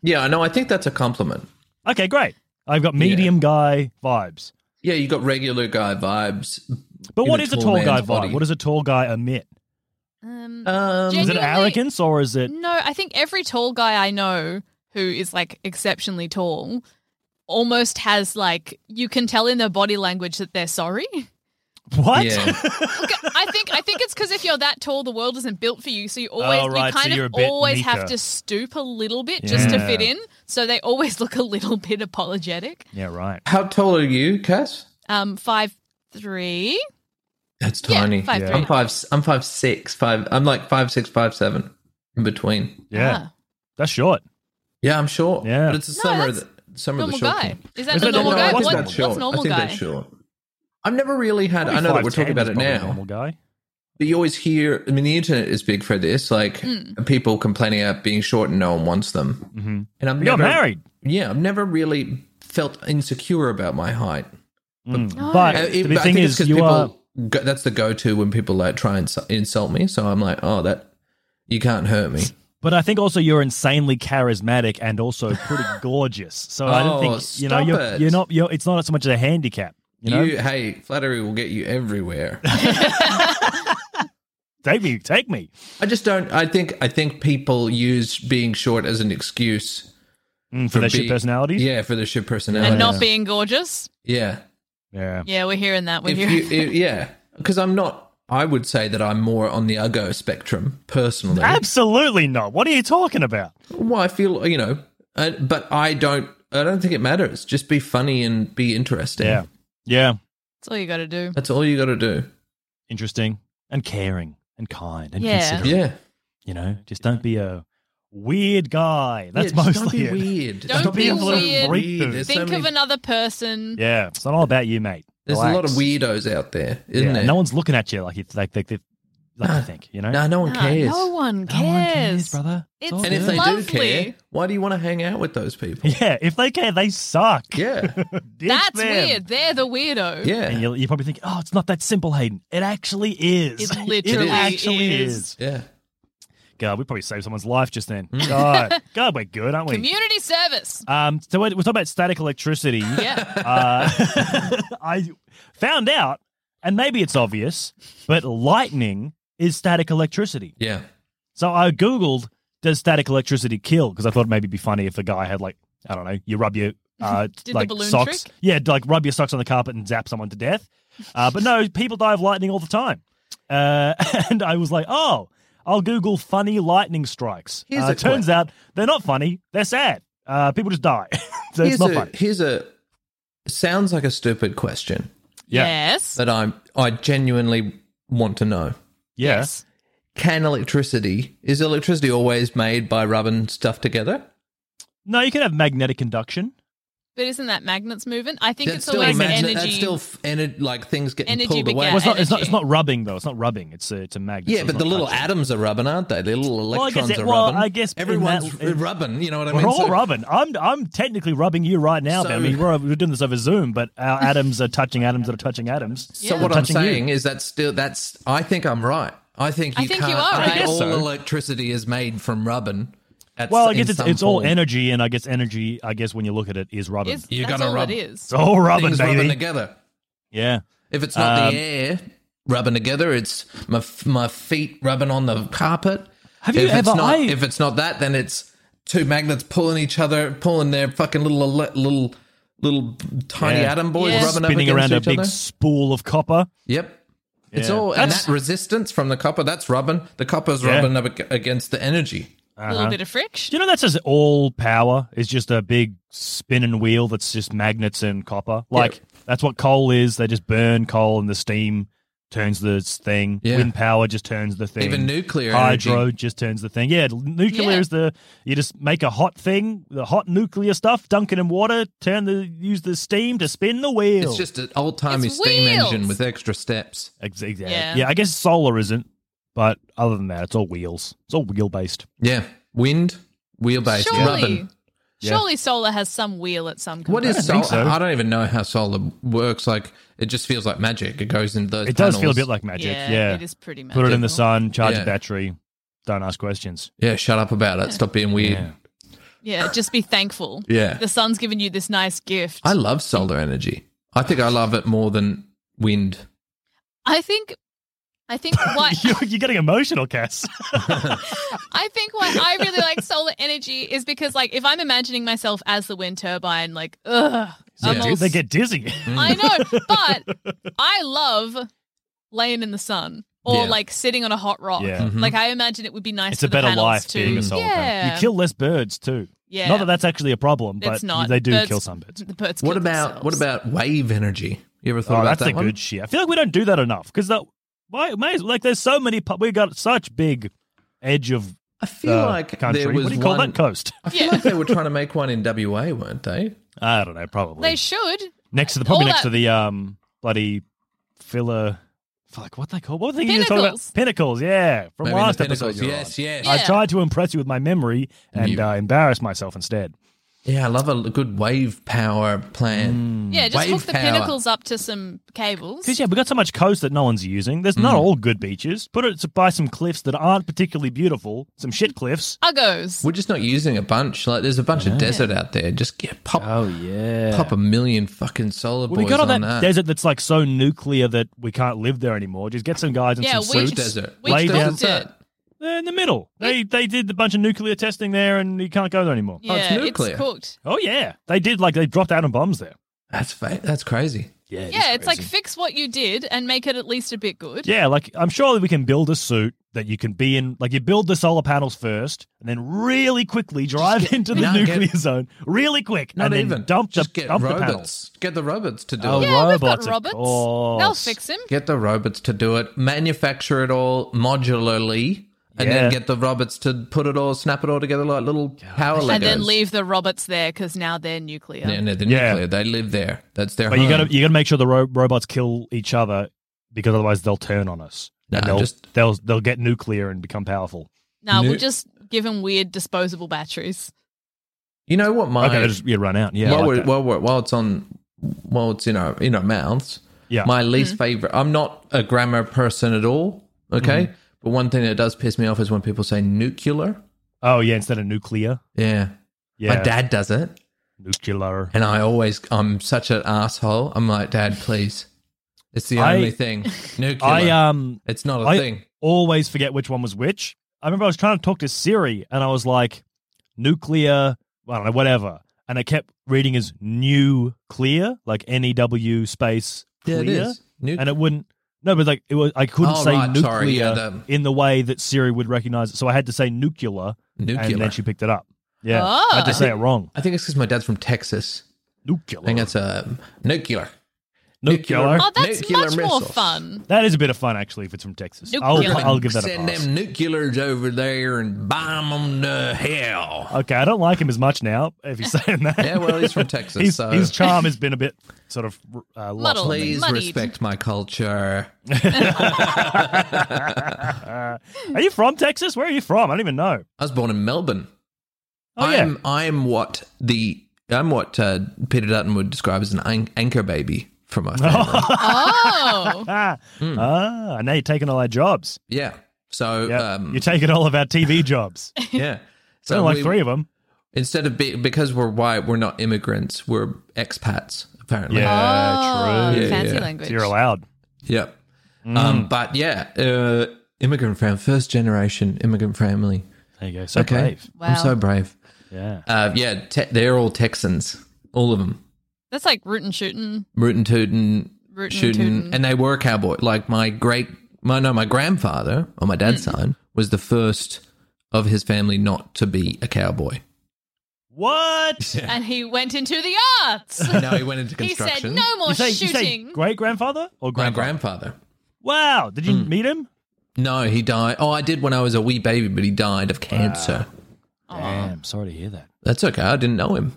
[SPEAKER 5] Yeah, I know. I think that's a compliment.
[SPEAKER 6] Okay, great. I've got medium guy vibes.
[SPEAKER 5] Yeah, you got regular guy vibes.
[SPEAKER 6] But
[SPEAKER 5] in
[SPEAKER 6] what is a tall
[SPEAKER 5] man's
[SPEAKER 6] guy
[SPEAKER 5] body.
[SPEAKER 6] vibe? What does a tall guy emit?
[SPEAKER 4] Um,
[SPEAKER 5] Um,
[SPEAKER 6] Is it
[SPEAKER 4] Genuinely-
[SPEAKER 6] arrogance or is it?
[SPEAKER 4] no, I think every tall guy I know who is like exceptionally tall almost has like you can tell in their body language that they're sorry.
[SPEAKER 6] What?
[SPEAKER 5] Yeah.
[SPEAKER 4] Look, I think I think it's because if you're that tall, the world isn't built for you. So you always
[SPEAKER 6] Oh, right,
[SPEAKER 4] you
[SPEAKER 6] so
[SPEAKER 4] kind
[SPEAKER 6] you're a
[SPEAKER 4] of
[SPEAKER 6] bit
[SPEAKER 4] always have
[SPEAKER 6] meeker.
[SPEAKER 4] to stoop a little bit just to fit in. So they always *laughs* look a little bit apologetic.
[SPEAKER 6] *laughs* yeah, right.
[SPEAKER 5] How tall are you, Cass?
[SPEAKER 4] Um, five three.
[SPEAKER 5] That's
[SPEAKER 4] Yeah,
[SPEAKER 5] tiny.
[SPEAKER 4] five
[SPEAKER 6] Yeah.
[SPEAKER 4] three.
[SPEAKER 5] I'm five. I'm five six. Five. I'm like five six, five seven in between.
[SPEAKER 6] Yeah,
[SPEAKER 4] Ah,
[SPEAKER 6] that's short.
[SPEAKER 5] Yeah, I'm short.
[SPEAKER 6] Yeah.
[SPEAKER 5] but it's the
[SPEAKER 4] No,
[SPEAKER 5] summer. Of
[SPEAKER 4] that's
[SPEAKER 5] the, summer of the
[SPEAKER 4] normal
[SPEAKER 5] short.
[SPEAKER 4] guy.
[SPEAKER 5] king.
[SPEAKER 4] Is that
[SPEAKER 6] Is
[SPEAKER 4] the
[SPEAKER 6] that
[SPEAKER 4] normal
[SPEAKER 6] normal?
[SPEAKER 4] guy?
[SPEAKER 6] What's
[SPEAKER 4] What-
[SPEAKER 6] that
[SPEAKER 4] what's
[SPEAKER 5] short?
[SPEAKER 4] normal
[SPEAKER 5] I think
[SPEAKER 4] guy?
[SPEAKER 5] that's short. I've never really had.
[SPEAKER 6] Probably
[SPEAKER 5] I know that we're
[SPEAKER 6] 5'10"
[SPEAKER 5] talking about
[SPEAKER 6] is
[SPEAKER 5] it
[SPEAKER 6] probably a
[SPEAKER 5] now,
[SPEAKER 6] Normal guy.
[SPEAKER 5] but you always hear. I mean, the internet is big for this. Like
[SPEAKER 4] Hmm.
[SPEAKER 5] people complaining about being short and no one wants them. Mm-hmm. And I'm
[SPEAKER 6] You got married.
[SPEAKER 5] Yeah, I've never really felt insecure about my height.
[SPEAKER 6] But
[SPEAKER 5] Uh, it-
[SPEAKER 6] the
[SPEAKER 5] but I
[SPEAKER 6] thing
[SPEAKER 5] think it's
[SPEAKER 6] is,
[SPEAKER 5] 'cause
[SPEAKER 6] you
[SPEAKER 5] people,
[SPEAKER 6] are.
[SPEAKER 5] go- that's the go-to when people like try and su- insult me. So I'm like, oh, that you can't hurt me.
[SPEAKER 6] But I think also you're insanely charismatic and
[SPEAKER 5] *laughs*
[SPEAKER 6] also pretty gorgeous. So I don't
[SPEAKER 5] Oh,
[SPEAKER 6] think you know
[SPEAKER 5] stop
[SPEAKER 6] you're,
[SPEAKER 5] it.
[SPEAKER 6] you're not. You're, it's not so much a handicap. You
[SPEAKER 5] You
[SPEAKER 6] know,
[SPEAKER 5] hey, flattery will get you
[SPEAKER 6] *laughs*
[SPEAKER 5] everywhere.
[SPEAKER 6] take me, take me.
[SPEAKER 5] I just don't. I think I think people use being short as an excuse
[SPEAKER 6] Mm, for their shit
[SPEAKER 5] being-
[SPEAKER 6] personalities.
[SPEAKER 5] Yeah, for their shit personality.
[SPEAKER 4] And not being gorgeous.
[SPEAKER 5] Yeah,
[SPEAKER 6] yeah.
[SPEAKER 4] Yeah, we're hearing that. We're
[SPEAKER 5] if
[SPEAKER 4] hearing.
[SPEAKER 5] you, if- yeah, because I'm not. I would say that I'm more on the uggo spectrum personally.
[SPEAKER 6] Absolutely not. What are you talking about?
[SPEAKER 5] Well, I feel you know, I, but I don't. I don't think it matters. Just be funny and be interesting.
[SPEAKER 6] Yeah, yeah.
[SPEAKER 4] *laughs* That's all you got to do.
[SPEAKER 5] that's all you got to do.
[SPEAKER 6] Interesting and caring and kind and
[SPEAKER 4] Yeah.
[SPEAKER 6] considerate.
[SPEAKER 5] Yeah,
[SPEAKER 6] You know, just don't be a weird guy. That's
[SPEAKER 5] yeah, just
[SPEAKER 6] mostly
[SPEAKER 5] don't
[SPEAKER 6] it.
[SPEAKER 5] be weird.
[SPEAKER 4] Don't
[SPEAKER 5] Stop
[SPEAKER 4] be
[SPEAKER 5] being so
[SPEAKER 4] weird.
[SPEAKER 5] There's so
[SPEAKER 4] Think of
[SPEAKER 5] many-
[SPEAKER 4] another person.
[SPEAKER 6] Yeah, it's not all about you, mate.
[SPEAKER 5] There's a lot
[SPEAKER 6] Relax.
[SPEAKER 5] of weirdos out there, isn't
[SPEAKER 6] Yeah,
[SPEAKER 5] there?
[SPEAKER 6] No one's looking at you like you like they, they, like
[SPEAKER 5] *sighs*
[SPEAKER 6] you think. You know,
[SPEAKER 5] no, no one
[SPEAKER 4] Nah,
[SPEAKER 5] cares.
[SPEAKER 4] Ah, no one
[SPEAKER 6] No
[SPEAKER 4] cares.
[SPEAKER 6] one cares, brother.
[SPEAKER 4] It's
[SPEAKER 6] all
[SPEAKER 5] and if they do
[SPEAKER 4] Lovely.
[SPEAKER 5] care, why do you want to hang out with those
[SPEAKER 6] *laughs*
[SPEAKER 5] people?
[SPEAKER 6] Yeah, if they care, they suck.
[SPEAKER 5] Yeah,
[SPEAKER 6] Ditch
[SPEAKER 4] That's
[SPEAKER 6] them.
[SPEAKER 4] weird. They're the weirdo.
[SPEAKER 6] And
[SPEAKER 5] yeah,
[SPEAKER 6] you you probably think, oh, it's not that simple, Hayden. It actually is. *laughs*
[SPEAKER 4] It literally
[SPEAKER 6] actually
[SPEAKER 4] is.
[SPEAKER 6] is.
[SPEAKER 5] yeah.
[SPEAKER 6] God, we probably saved someone's life just then.
[SPEAKER 4] *laughs*
[SPEAKER 6] God, God, we're good, aren't we?
[SPEAKER 4] Community
[SPEAKER 5] *laughs*
[SPEAKER 4] service.
[SPEAKER 6] Um, so *laughs* we're, we're talking about static electricity.
[SPEAKER 4] Yeah.
[SPEAKER 6] Uh, I Uh, found out and maybe it's obvious, but lightning is static electricity.
[SPEAKER 5] Yeah.
[SPEAKER 6] So I googled, does static electricity kill? Because I thought maybe it'd be funny if the guy had like I don't know, you
[SPEAKER 4] *laughs*
[SPEAKER 6] rub your uh,
[SPEAKER 4] the
[SPEAKER 6] like
[SPEAKER 4] balloon
[SPEAKER 6] socks,
[SPEAKER 4] trick?
[SPEAKER 6] yeah, like rub your socks on the carpet and zap someone to death. Uh,
[SPEAKER 4] *laughs*
[SPEAKER 6] but no, people die of lightning all the time. Uh, *laughs* and I was like, oh, I'll Google funny lightning strikes.
[SPEAKER 5] Here's
[SPEAKER 6] uh,
[SPEAKER 5] a
[SPEAKER 6] turns
[SPEAKER 5] que-
[SPEAKER 6] out they're not funny; they're sad. Uh, people just die. *laughs* so it's
[SPEAKER 5] here's
[SPEAKER 6] not
[SPEAKER 5] a
[SPEAKER 6] funny.
[SPEAKER 5] here's a sounds like a stupid question
[SPEAKER 4] Yes.
[SPEAKER 5] that I'm I genuinely want to know.
[SPEAKER 6] Yeah.
[SPEAKER 4] Yes.
[SPEAKER 5] Can electricity is electricity always made by rubbing stuff together?
[SPEAKER 6] No, you can have magnetic conduction.
[SPEAKER 4] But isn't that magnets moving? I think it's
[SPEAKER 5] still
[SPEAKER 4] always
[SPEAKER 5] magnet-
[SPEAKER 4] energy.
[SPEAKER 5] That's still f- ener- like things getting
[SPEAKER 4] Energy
[SPEAKER 5] pulled
[SPEAKER 4] begat-
[SPEAKER 5] away.
[SPEAKER 6] Well, it's not, it's not.
[SPEAKER 4] energy.
[SPEAKER 6] It's not rubbing though. It's not rubbing. It's a. It's a magnet.
[SPEAKER 5] yeah,
[SPEAKER 6] so it's
[SPEAKER 5] but the
[SPEAKER 6] not
[SPEAKER 5] little
[SPEAKER 6] touching.
[SPEAKER 5] atoms are rubbing, aren't they? The little
[SPEAKER 6] Well, I guess
[SPEAKER 5] electrons
[SPEAKER 6] it-
[SPEAKER 5] are
[SPEAKER 6] well,
[SPEAKER 5] rubbing.
[SPEAKER 6] I guess in
[SPEAKER 5] everyone's
[SPEAKER 6] that- in-
[SPEAKER 5] rubbing. You know what I
[SPEAKER 6] We're
[SPEAKER 5] mean?
[SPEAKER 6] all
[SPEAKER 5] So-
[SPEAKER 6] rubbing. I'm I'm technically rubbing you right now,
[SPEAKER 5] So-
[SPEAKER 6] Ben. I mean, we're, we're doing this over Zoom, but our atoms are touching atoms that are touching atoms.
[SPEAKER 5] So
[SPEAKER 4] Yeah.
[SPEAKER 5] what I'm
[SPEAKER 6] Touching you.
[SPEAKER 5] saying is that still that's. I think I'm right. I think you
[SPEAKER 4] I think you
[SPEAKER 5] can't.
[SPEAKER 4] are
[SPEAKER 5] I think
[SPEAKER 4] right.
[SPEAKER 5] all
[SPEAKER 6] I guess so.
[SPEAKER 5] electricity is made from rubbing. At,
[SPEAKER 6] Well, I
[SPEAKER 5] in
[SPEAKER 6] guess it's,
[SPEAKER 5] some
[SPEAKER 6] it's all
[SPEAKER 5] form.
[SPEAKER 6] energy, and I guess energy. I guess when you look at it, is rubbing.
[SPEAKER 4] Is-
[SPEAKER 5] You
[SPEAKER 4] that's
[SPEAKER 5] gotta
[SPEAKER 4] all
[SPEAKER 5] rub.
[SPEAKER 4] it is.
[SPEAKER 6] it's all rubbing,
[SPEAKER 5] Things rubbing
[SPEAKER 6] baby.
[SPEAKER 5] together.
[SPEAKER 6] yeah.
[SPEAKER 5] If it's not
[SPEAKER 6] Um,
[SPEAKER 5] the air rubbing together, it's my my feet rubbing on the carpet.
[SPEAKER 6] Have you
[SPEAKER 5] if it's
[SPEAKER 6] ever-
[SPEAKER 5] Not,
[SPEAKER 6] I-
[SPEAKER 5] If it's not that, then it's two magnets pulling each other, pulling their fucking little ele- little little tiny
[SPEAKER 6] Yeah.
[SPEAKER 5] atom boys
[SPEAKER 4] Yeah.
[SPEAKER 5] rubbing up
[SPEAKER 6] Spinning
[SPEAKER 5] against
[SPEAKER 6] around a
[SPEAKER 5] each
[SPEAKER 6] big
[SPEAKER 5] other.
[SPEAKER 6] spool of copper.
[SPEAKER 5] Yep. It's
[SPEAKER 6] Yeah.
[SPEAKER 5] all and
[SPEAKER 6] That's-
[SPEAKER 5] that resistance from the copper that's rubbing. The copper's
[SPEAKER 6] Yeah.
[SPEAKER 5] rubbing up ag- against the energy.
[SPEAKER 6] Uh-huh.
[SPEAKER 4] A little bit of friction.
[SPEAKER 6] Do you know that's just all power is just a big spinning wheel that's just magnets and copper. Like that's what coal is. They just burn coal and the steam turns the thing.
[SPEAKER 5] Yeah.
[SPEAKER 6] Wind power just turns the thing.
[SPEAKER 5] Even nuclear
[SPEAKER 6] hydro
[SPEAKER 5] energy.
[SPEAKER 6] just turns the thing. Yeah, nuclear
[SPEAKER 4] Yeah.
[SPEAKER 6] is the you just make a hot thing, the hot nuclear stuff, dunk it in water, turn the use the steam to spin the wheel.
[SPEAKER 5] It's just an old timey
[SPEAKER 4] It's
[SPEAKER 5] steam
[SPEAKER 4] wheels.
[SPEAKER 5] engine with extra steps.
[SPEAKER 6] Ex- exactly.
[SPEAKER 4] Yeah.
[SPEAKER 6] Yeah. I guess solar isn't, but other than that, it's all wheels. It's all wheel based.
[SPEAKER 5] Yeah. Wind, wheelbase,
[SPEAKER 4] Surely.
[SPEAKER 5] rubbing.
[SPEAKER 6] Yeah.
[SPEAKER 4] Surely solar has some wheel at some.
[SPEAKER 5] What is
[SPEAKER 6] I
[SPEAKER 5] solar?
[SPEAKER 6] don't think so.
[SPEAKER 5] I don't even know how solar works. Like it just feels like magic. It goes into those.
[SPEAKER 6] It does feel a
[SPEAKER 5] panels.
[SPEAKER 6] bit like magic. Yeah,
[SPEAKER 4] it is pretty magic.
[SPEAKER 6] put it in the sun, charge
[SPEAKER 5] Yeah.
[SPEAKER 6] a battery. Don't ask questions.
[SPEAKER 5] Yeah, shut up about it. Stop being weird.
[SPEAKER 6] Yeah.
[SPEAKER 4] Yeah, just be thankful.
[SPEAKER 5] Yeah.
[SPEAKER 4] the sun's given you this nice gift.
[SPEAKER 5] I love solar energy. I think I love it more than wind.
[SPEAKER 4] I think, I think
[SPEAKER 5] *laughs*
[SPEAKER 4] why
[SPEAKER 6] *laughs* you're, you're getting
[SPEAKER 4] *laughs*
[SPEAKER 6] emotional, Cass.
[SPEAKER 4] I think why I really like solar energy is because like if I'm imagining myself as the wind turbine, like ugh, I'm
[SPEAKER 5] Yeah.
[SPEAKER 4] all
[SPEAKER 6] Dude, they
[SPEAKER 4] s-
[SPEAKER 6] get dizzy.
[SPEAKER 4] I
[SPEAKER 6] Mm.
[SPEAKER 4] know,
[SPEAKER 6] *laughs*
[SPEAKER 4] but I love laying in the sun or
[SPEAKER 5] Yeah.
[SPEAKER 4] like sitting on a hot rock.
[SPEAKER 6] Yeah.
[SPEAKER 5] Mm-hmm.
[SPEAKER 4] Like I imagine it would be nice.
[SPEAKER 6] it's
[SPEAKER 4] for
[SPEAKER 6] a
[SPEAKER 4] the
[SPEAKER 6] better
[SPEAKER 4] panels
[SPEAKER 6] life
[SPEAKER 4] to,
[SPEAKER 6] being a solar
[SPEAKER 4] yeah.
[SPEAKER 6] panel. You kill less birds too.
[SPEAKER 4] Yeah.
[SPEAKER 6] Not that that's actually a problem, but
[SPEAKER 4] It's not.
[SPEAKER 6] they do
[SPEAKER 4] Birds-
[SPEAKER 6] kill
[SPEAKER 4] *laughs*
[SPEAKER 6] some birds.
[SPEAKER 4] The birds.
[SPEAKER 5] What
[SPEAKER 4] kill
[SPEAKER 5] about what
[SPEAKER 4] themselves.
[SPEAKER 5] about wave energy? You ever thought
[SPEAKER 6] Oh,
[SPEAKER 5] about
[SPEAKER 6] that's
[SPEAKER 5] that
[SPEAKER 6] the
[SPEAKER 5] one?
[SPEAKER 6] good shit. I feel like we don't do that enough because that why may as- like there's so many. pu- We got such big edge of
[SPEAKER 5] I feel
[SPEAKER 6] uh,
[SPEAKER 5] like
[SPEAKER 6] country.
[SPEAKER 5] there was
[SPEAKER 6] what do you call
[SPEAKER 5] one.
[SPEAKER 6] that coast? *laughs*
[SPEAKER 5] I feel
[SPEAKER 4] Yeah.
[SPEAKER 5] like they were trying to make one in WA, weren't they?
[SPEAKER 6] I don't know. Probably
[SPEAKER 4] They should.
[SPEAKER 6] next to the probably
[SPEAKER 4] all
[SPEAKER 6] next
[SPEAKER 4] that-
[SPEAKER 6] to the um bloody filler. Fuck, what they call? What were they even talking about?
[SPEAKER 4] Pinnacles.
[SPEAKER 6] Pinnacles, yeah, *laughs* from
[SPEAKER 5] Maybe the
[SPEAKER 6] last
[SPEAKER 5] Pinnacles,
[SPEAKER 6] episode. you were on.
[SPEAKER 5] Yes, yes.
[SPEAKER 4] Yeah.
[SPEAKER 6] I tried to impress you with my memory and
[SPEAKER 5] You-
[SPEAKER 6] uh, embarrass myself instead.
[SPEAKER 5] Yeah, I love a good wave power
[SPEAKER 6] Hmm.
[SPEAKER 5] plan.
[SPEAKER 4] Yeah, just
[SPEAKER 5] Wave
[SPEAKER 4] hook the
[SPEAKER 5] power.
[SPEAKER 4] pinnacles up to some cables.
[SPEAKER 6] Because yeah, we got so much coast that no one's using. There's
[SPEAKER 5] Mm.
[SPEAKER 6] not all good beaches. Put it by some cliffs that aren't particularly beautiful, some shit cliffs. Mm.
[SPEAKER 4] Uggos.
[SPEAKER 5] We're just not using a bunch. Like, there's a bunch of desert out there. Just get pop,
[SPEAKER 6] yeah.
[SPEAKER 5] pop a million fucking solar
[SPEAKER 6] Well, we
[SPEAKER 5] Oh, boys
[SPEAKER 6] got all
[SPEAKER 5] on
[SPEAKER 6] that,
[SPEAKER 5] that.
[SPEAKER 6] desert that's like so nuclear that we can't live there anymore. Just get some guys in
[SPEAKER 4] Yeah,
[SPEAKER 6] some
[SPEAKER 4] we-
[SPEAKER 6] suits.
[SPEAKER 5] Blue desert.
[SPEAKER 4] we
[SPEAKER 6] Lay down.
[SPEAKER 4] talked it.
[SPEAKER 6] They're in the middle. They they did a bunch of nuclear testing there, and you can't go there anymore.
[SPEAKER 4] Yeah,
[SPEAKER 5] Oh, it's nuclear.
[SPEAKER 4] cooked.
[SPEAKER 6] Oh yeah, they did. Like they dropped atom bombs there.
[SPEAKER 5] That's fa- that's crazy.
[SPEAKER 6] Yeah,
[SPEAKER 4] yeah, it's like fix what you did and make it at least a bit good.
[SPEAKER 6] Yeah, like I'm sure that we can build a suit that you can be in. Like you build the solar panels first, and then really quickly drive into the
[SPEAKER 5] no, get-
[SPEAKER 6] nuclear zone, really quick,
[SPEAKER 5] Not
[SPEAKER 6] and then
[SPEAKER 5] even
[SPEAKER 6] dump the
[SPEAKER 5] Just get
[SPEAKER 6] dump the panels.
[SPEAKER 5] robots. get the robots to do
[SPEAKER 6] Oh,
[SPEAKER 5] it.
[SPEAKER 4] Yeah, we've got
[SPEAKER 6] Robots, of
[SPEAKER 4] robots.
[SPEAKER 6] course.
[SPEAKER 4] They'll fix him.
[SPEAKER 5] Get the robots to do it. Manufacture it all modularly, and
[SPEAKER 6] Yeah.
[SPEAKER 5] then get the robots to put it all, snap it all together like little power Legos.
[SPEAKER 4] And then leave the robots there because now they're nuclear.
[SPEAKER 5] Yeah, no, the
[SPEAKER 6] Yeah.
[SPEAKER 5] nuclear. They live there. That's their.
[SPEAKER 6] But you
[SPEAKER 5] home.
[SPEAKER 6] gotta you gotta make sure the ro- robots kill each other because otherwise they'll turn on us.
[SPEAKER 5] Nah,
[SPEAKER 6] and they'll,
[SPEAKER 5] just-
[SPEAKER 6] they'll they'll get nuclear and become powerful.
[SPEAKER 4] Now
[SPEAKER 5] Nu-
[SPEAKER 4] we'll just give them weird disposable batteries.
[SPEAKER 5] You know what my
[SPEAKER 6] okay, they just you run out. Yeah, I
[SPEAKER 5] while,
[SPEAKER 6] like
[SPEAKER 5] we're,
[SPEAKER 6] that.
[SPEAKER 5] while we're while it's on while it's in our in our mouths.
[SPEAKER 6] Yeah.
[SPEAKER 5] My least
[SPEAKER 4] Mm.
[SPEAKER 5] favorite. I'm not a grammar person at all. Okay,
[SPEAKER 6] Mm-hmm.
[SPEAKER 5] but one thing that does piss me off is when people say nuclear.
[SPEAKER 6] oh yeah, instead of nuclear,
[SPEAKER 5] Yeah.
[SPEAKER 6] yeah,
[SPEAKER 5] My dad does it,
[SPEAKER 6] nuclear.
[SPEAKER 5] and I always I'm such an asshole. I'm like, Dad, please, It's the
[SPEAKER 6] I- *laughs*
[SPEAKER 5] only thing. Nuclear.
[SPEAKER 6] I um
[SPEAKER 5] it's not a
[SPEAKER 6] I
[SPEAKER 5] thing.
[SPEAKER 6] always forget which one was which. I remember I was trying to talk to Siri and I was like, nuclear, I don't know, whatever. And I kept reading as new clear, like N E W space
[SPEAKER 5] Yeah,
[SPEAKER 6] clear.
[SPEAKER 5] it is. Nuclear.
[SPEAKER 6] And it wouldn't, no, but like, it was, I couldn't
[SPEAKER 5] Oh,
[SPEAKER 6] say
[SPEAKER 5] right,
[SPEAKER 6] nuclear
[SPEAKER 5] sorry, yeah, the-
[SPEAKER 6] in the way that Siri would recognize it. So I had to say nuclear, and
[SPEAKER 5] Nuclear.
[SPEAKER 6] then she picked it up. Yeah. I had
[SPEAKER 4] Oh.
[SPEAKER 6] to say it wrong.
[SPEAKER 5] I think it's because my dad's from Texas.
[SPEAKER 6] Nuclear.
[SPEAKER 5] I think that's um, nuclear.
[SPEAKER 6] nuclear.
[SPEAKER 4] Oh, that's
[SPEAKER 5] Nuclear
[SPEAKER 4] much more
[SPEAKER 5] missiles.
[SPEAKER 4] fun.
[SPEAKER 6] That is a bit of fun, actually, if it's from Texas. I'll,
[SPEAKER 4] Nuclear.
[SPEAKER 6] I'll give that a
[SPEAKER 5] Send
[SPEAKER 6] pass.
[SPEAKER 5] them nuclears over there and bomb them to hell.
[SPEAKER 6] Okay, I don't like him as much now. If you're saying that,
[SPEAKER 5] Yeah, well, he's from Texas,
[SPEAKER 6] his,
[SPEAKER 5] so-
[SPEAKER 6] his charm has been a bit sort of uh, lost.
[SPEAKER 4] Muddled.
[SPEAKER 6] on me.
[SPEAKER 5] Please
[SPEAKER 4] Muddied.
[SPEAKER 5] respect my culture.
[SPEAKER 6] Are you from Texas? Where are you from? I don't even know.
[SPEAKER 5] I was born in Melbourne.
[SPEAKER 6] Oh yeah,
[SPEAKER 5] I'm I'm what the I'm what uh, Peter Dutton would describe as an an- anchor baby for my
[SPEAKER 6] *laughs*
[SPEAKER 5] family. *laughs*
[SPEAKER 4] Oh,
[SPEAKER 6] ah,
[SPEAKER 5] Hmm.
[SPEAKER 6] ah, now you're taking all our jobs.
[SPEAKER 5] yeah. So
[SPEAKER 6] Yeah,
[SPEAKER 5] um,
[SPEAKER 6] you're taking all of our TV jobs.
[SPEAKER 5] *laughs* yeah.
[SPEAKER 6] Sound like
[SPEAKER 5] we-
[SPEAKER 6] three of them.
[SPEAKER 5] Instead of be- because we're white, we're not immigrants. We're expats apparently.
[SPEAKER 6] Yeah,
[SPEAKER 4] oh,
[SPEAKER 6] true.
[SPEAKER 5] Yeah,
[SPEAKER 4] fancy
[SPEAKER 5] yeah.
[SPEAKER 4] language.
[SPEAKER 6] So you're allowed.
[SPEAKER 5] Yep.
[SPEAKER 6] Mm.
[SPEAKER 5] Um, but yeah, uh, immigrant family, first generation immigrant family.
[SPEAKER 6] There you go. So
[SPEAKER 5] okay.
[SPEAKER 6] brave.
[SPEAKER 4] Wow.
[SPEAKER 5] I'm so brave.
[SPEAKER 6] Yeah.
[SPEAKER 5] Uh, yeah, te- they're all Texans, all of them.
[SPEAKER 4] That's like rootin' shootin'.
[SPEAKER 5] rootin' tootin',
[SPEAKER 4] Rootin'
[SPEAKER 5] shootin',
[SPEAKER 4] tootin'.
[SPEAKER 5] and they were cowboy. Like my great, my no, my grandfather on my dad's
[SPEAKER 4] Mm.
[SPEAKER 5] side was the first of his family not to be
[SPEAKER 4] *laughs*
[SPEAKER 5] a cowboy. *laughs*
[SPEAKER 6] What?
[SPEAKER 4] And he went into the arts.
[SPEAKER 5] No, he went into
[SPEAKER 4] he said,
[SPEAKER 5] construction.
[SPEAKER 4] no more
[SPEAKER 6] You say,
[SPEAKER 4] shooting.
[SPEAKER 6] great grandfather or
[SPEAKER 5] my Hmm.
[SPEAKER 6] grandfather?
[SPEAKER 5] grandfather.
[SPEAKER 6] wow. Did you meet him?
[SPEAKER 5] No, he died. Oh, I did when I was a wee baby, but he died of cancer.
[SPEAKER 4] Oh.
[SPEAKER 6] Damn. Sorry to
[SPEAKER 4] *laughs*
[SPEAKER 6] hear that.
[SPEAKER 5] That's okay. I didn't know him.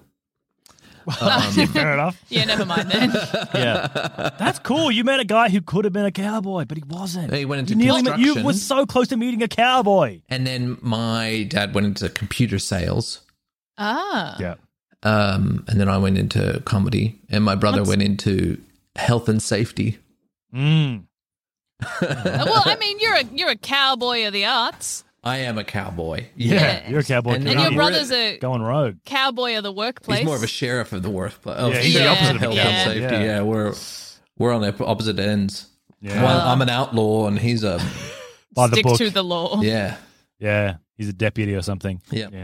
[SPEAKER 6] Fair enough.
[SPEAKER 4] yeah, never mind
[SPEAKER 6] *laughs*
[SPEAKER 4] then.
[SPEAKER 6] Yeah.
[SPEAKER 5] *laughs*
[SPEAKER 6] That's cool. You met a guy who could have been a cowboy, but he wasn't.
[SPEAKER 5] He went into
[SPEAKER 6] you nearly met- you
[SPEAKER 5] construction.
[SPEAKER 6] were so close to meeting a cowboy.
[SPEAKER 5] And then my dad went into computer sales.
[SPEAKER 4] Ah,
[SPEAKER 6] Yeah.
[SPEAKER 5] Um, and then I went into comedy, and my brother went into health and safety.
[SPEAKER 6] Mm.
[SPEAKER 4] well, I mean, you're a you're a cowboy of the arts,
[SPEAKER 5] I am a cowboy.
[SPEAKER 6] Yeah.
[SPEAKER 4] Yeah.
[SPEAKER 6] You're a cowboy.
[SPEAKER 5] And
[SPEAKER 6] kid,
[SPEAKER 4] and
[SPEAKER 5] Yeah.
[SPEAKER 4] your
[SPEAKER 6] aren't you?
[SPEAKER 4] brother's a
[SPEAKER 6] going rogue.
[SPEAKER 4] cowboy of the workplace.
[SPEAKER 5] He's more of a sheriff of the workplace. Oh,
[SPEAKER 6] Yeah, he's
[SPEAKER 4] the
[SPEAKER 5] sheriff
[SPEAKER 4] opposite
[SPEAKER 5] of
[SPEAKER 4] of a
[SPEAKER 5] health
[SPEAKER 4] cowboy.
[SPEAKER 5] and safety. Yeah.
[SPEAKER 6] Yeah.
[SPEAKER 5] we're we're on the opposite ends.
[SPEAKER 6] Yeah.
[SPEAKER 5] One, I'm an outlaw, and he's a
[SPEAKER 6] By the
[SPEAKER 4] stick
[SPEAKER 6] book.
[SPEAKER 4] to the law.
[SPEAKER 5] yeah,
[SPEAKER 6] yeah. He's a deputy or something.
[SPEAKER 5] yeah.